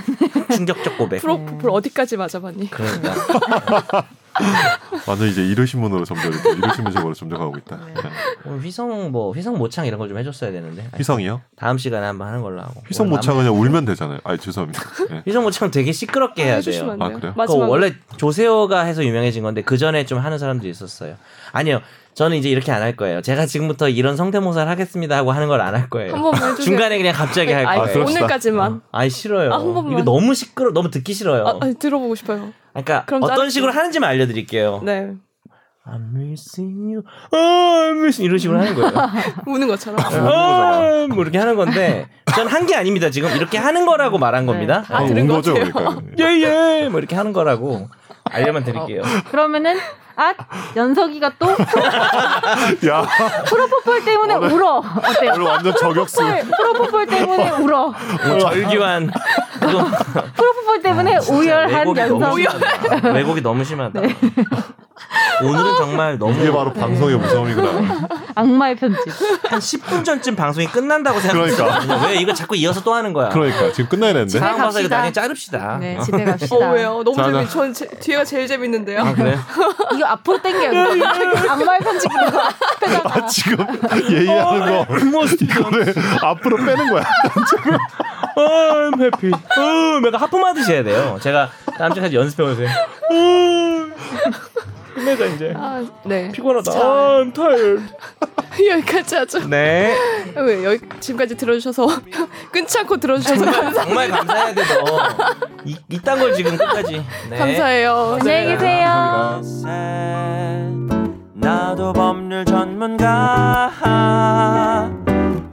S2: 충격적 고백
S1: 프로포폴 어디까지 맞아봤니?
S2: 네. 그러니까
S4: 완전 이제 일요신문으로 점점 이렇게 일요신문적으로 점점 가고 있다. 네.
S2: 오늘 휘성 뭐 휘성 모창 이런 걸 좀 해줬어야 되는데 아니,
S4: 휘성이요?
S2: 다음 시간에 한번 하는 걸로 하고
S4: 휘성
S2: 오늘
S4: 못 참아
S2: 남은-
S4: 그냥 울면 되잖아요. 아, 죄송합니다. 예.
S2: 휘성 모창 되게 시끄럽게 해야 돼요
S1: 해주시면 안 돼요.
S4: 아, 그래요?
S2: 그거
S1: 마지막
S2: 원래 조세호가 해서 유명해진 건데 그 전에 좀 하는 사람도 있었어요. 아니요, 저는 이제 이렇게 안 할 거예요. 제가 지금부터 이런 성대모사를 하겠습니다 하고 하는 걸 안 할 거예요.
S1: 한 번만 해주세요.
S2: 중간에 그냥 갑자기 할
S1: 아이,
S4: 아,
S2: 거예요.
S4: 그럼- 그럽시다.
S1: 오늘까지만.
S2: 아니 싫어요.
S1: 아, 한 번만.
S2: 이거 너무 시끄러, 너무 듣기 싫어요.
S1: 아, 아니, 들어보고 싶어요.
S2: 그러니까
S1: 그럼
S2: 어떤
S1: 자를게요.
S2: 식으로 하는지만 알려드릴게요.
S1: 네.
S2: I'm missing you, oh, I'm missing you 이런 식으로 하는 거예요.
S1: 우는 것처럼.
S2: 아, 뭐 이렇게 하는 건데 전 한 게 아닙니다. 지금 이렇게 하는 거라고 말한 겁니다.
S4: 아,
S1: 들은
S4: 운
S1: 것
S4: 거죠,
S1: 같아요.
S4: 그러니까.
S2: 예예, 뭐 이렇게 하는 거라고 알려만
S1: 어,
S2: 드릴게요.
S3: 그러면은 아 연석이가 또
S4: 야,
S3: 프로포폴 때문에
S2: 네.
S3: 울어. 어때요?
S4: 오늘 완전 저격수.
S3: 프로포폴, 프로포폴 때문에 울어.
S2: 뭐 절규한 그거
S3: 프로포폴 때문에 우열한 네.
S2: 왜곡이
S3: 연석.
S2: 아, 너무 심하다. 왜곡이 너무 심하다. 오늘은 정말 너무
S4: 이게 바로 방송의 무서움이구나.
S3: 악마의 편집.
S2: 한 10분 전쯤 방송이 끝난다고
S4: 그러니까.
S2: 생각했어요. 왜 이거 자꾸 이어서 또 하는 거야?
S4: 그러니까 지금 끝나야 되는데.
S2: 다음 가서 이거
S3: 갑시다.
S2: 나중에 자릅시다.
S3: 네, 집에 갑시다.
S1: 어, 왜요? 너무
S4: 자,
S1: 재미.
S4: 자.
S1: 전 제, 뒤에가 제일 재밌는데요.
S2: 아, 그래요?
S3: 이거 앞으로 당겨요.
S1: 네,
S3: 이거. 악마의 편집 이거 앞에다가.
S4: 아, 지금 예의하는
S2: 어.
S4: 거 이거를 앞으로 빼는 거야.
S2: I'm happy. 음, 약간 하품하듯이 해야 돼요. 제가 다음 주까지 연습해보세요. 음, 끝내자 이제.
S1: 아, 네.
S2: 피곤하다.
S1: 자.
S2: I'm tired.
S1: 여기까지 하죠. 아,
S2: 네.
S1: 왜 여기 지금까지 들어주셔서 끊지 않고 들어주셔서 감사,
S2: 정말 감사해야 돼서 이, 이딴 걸 지금 끝까지. 네.
S1: 감사해요.
S5: 네,
S3: 안녕히 계세요.
S5: 나도 법률 전문가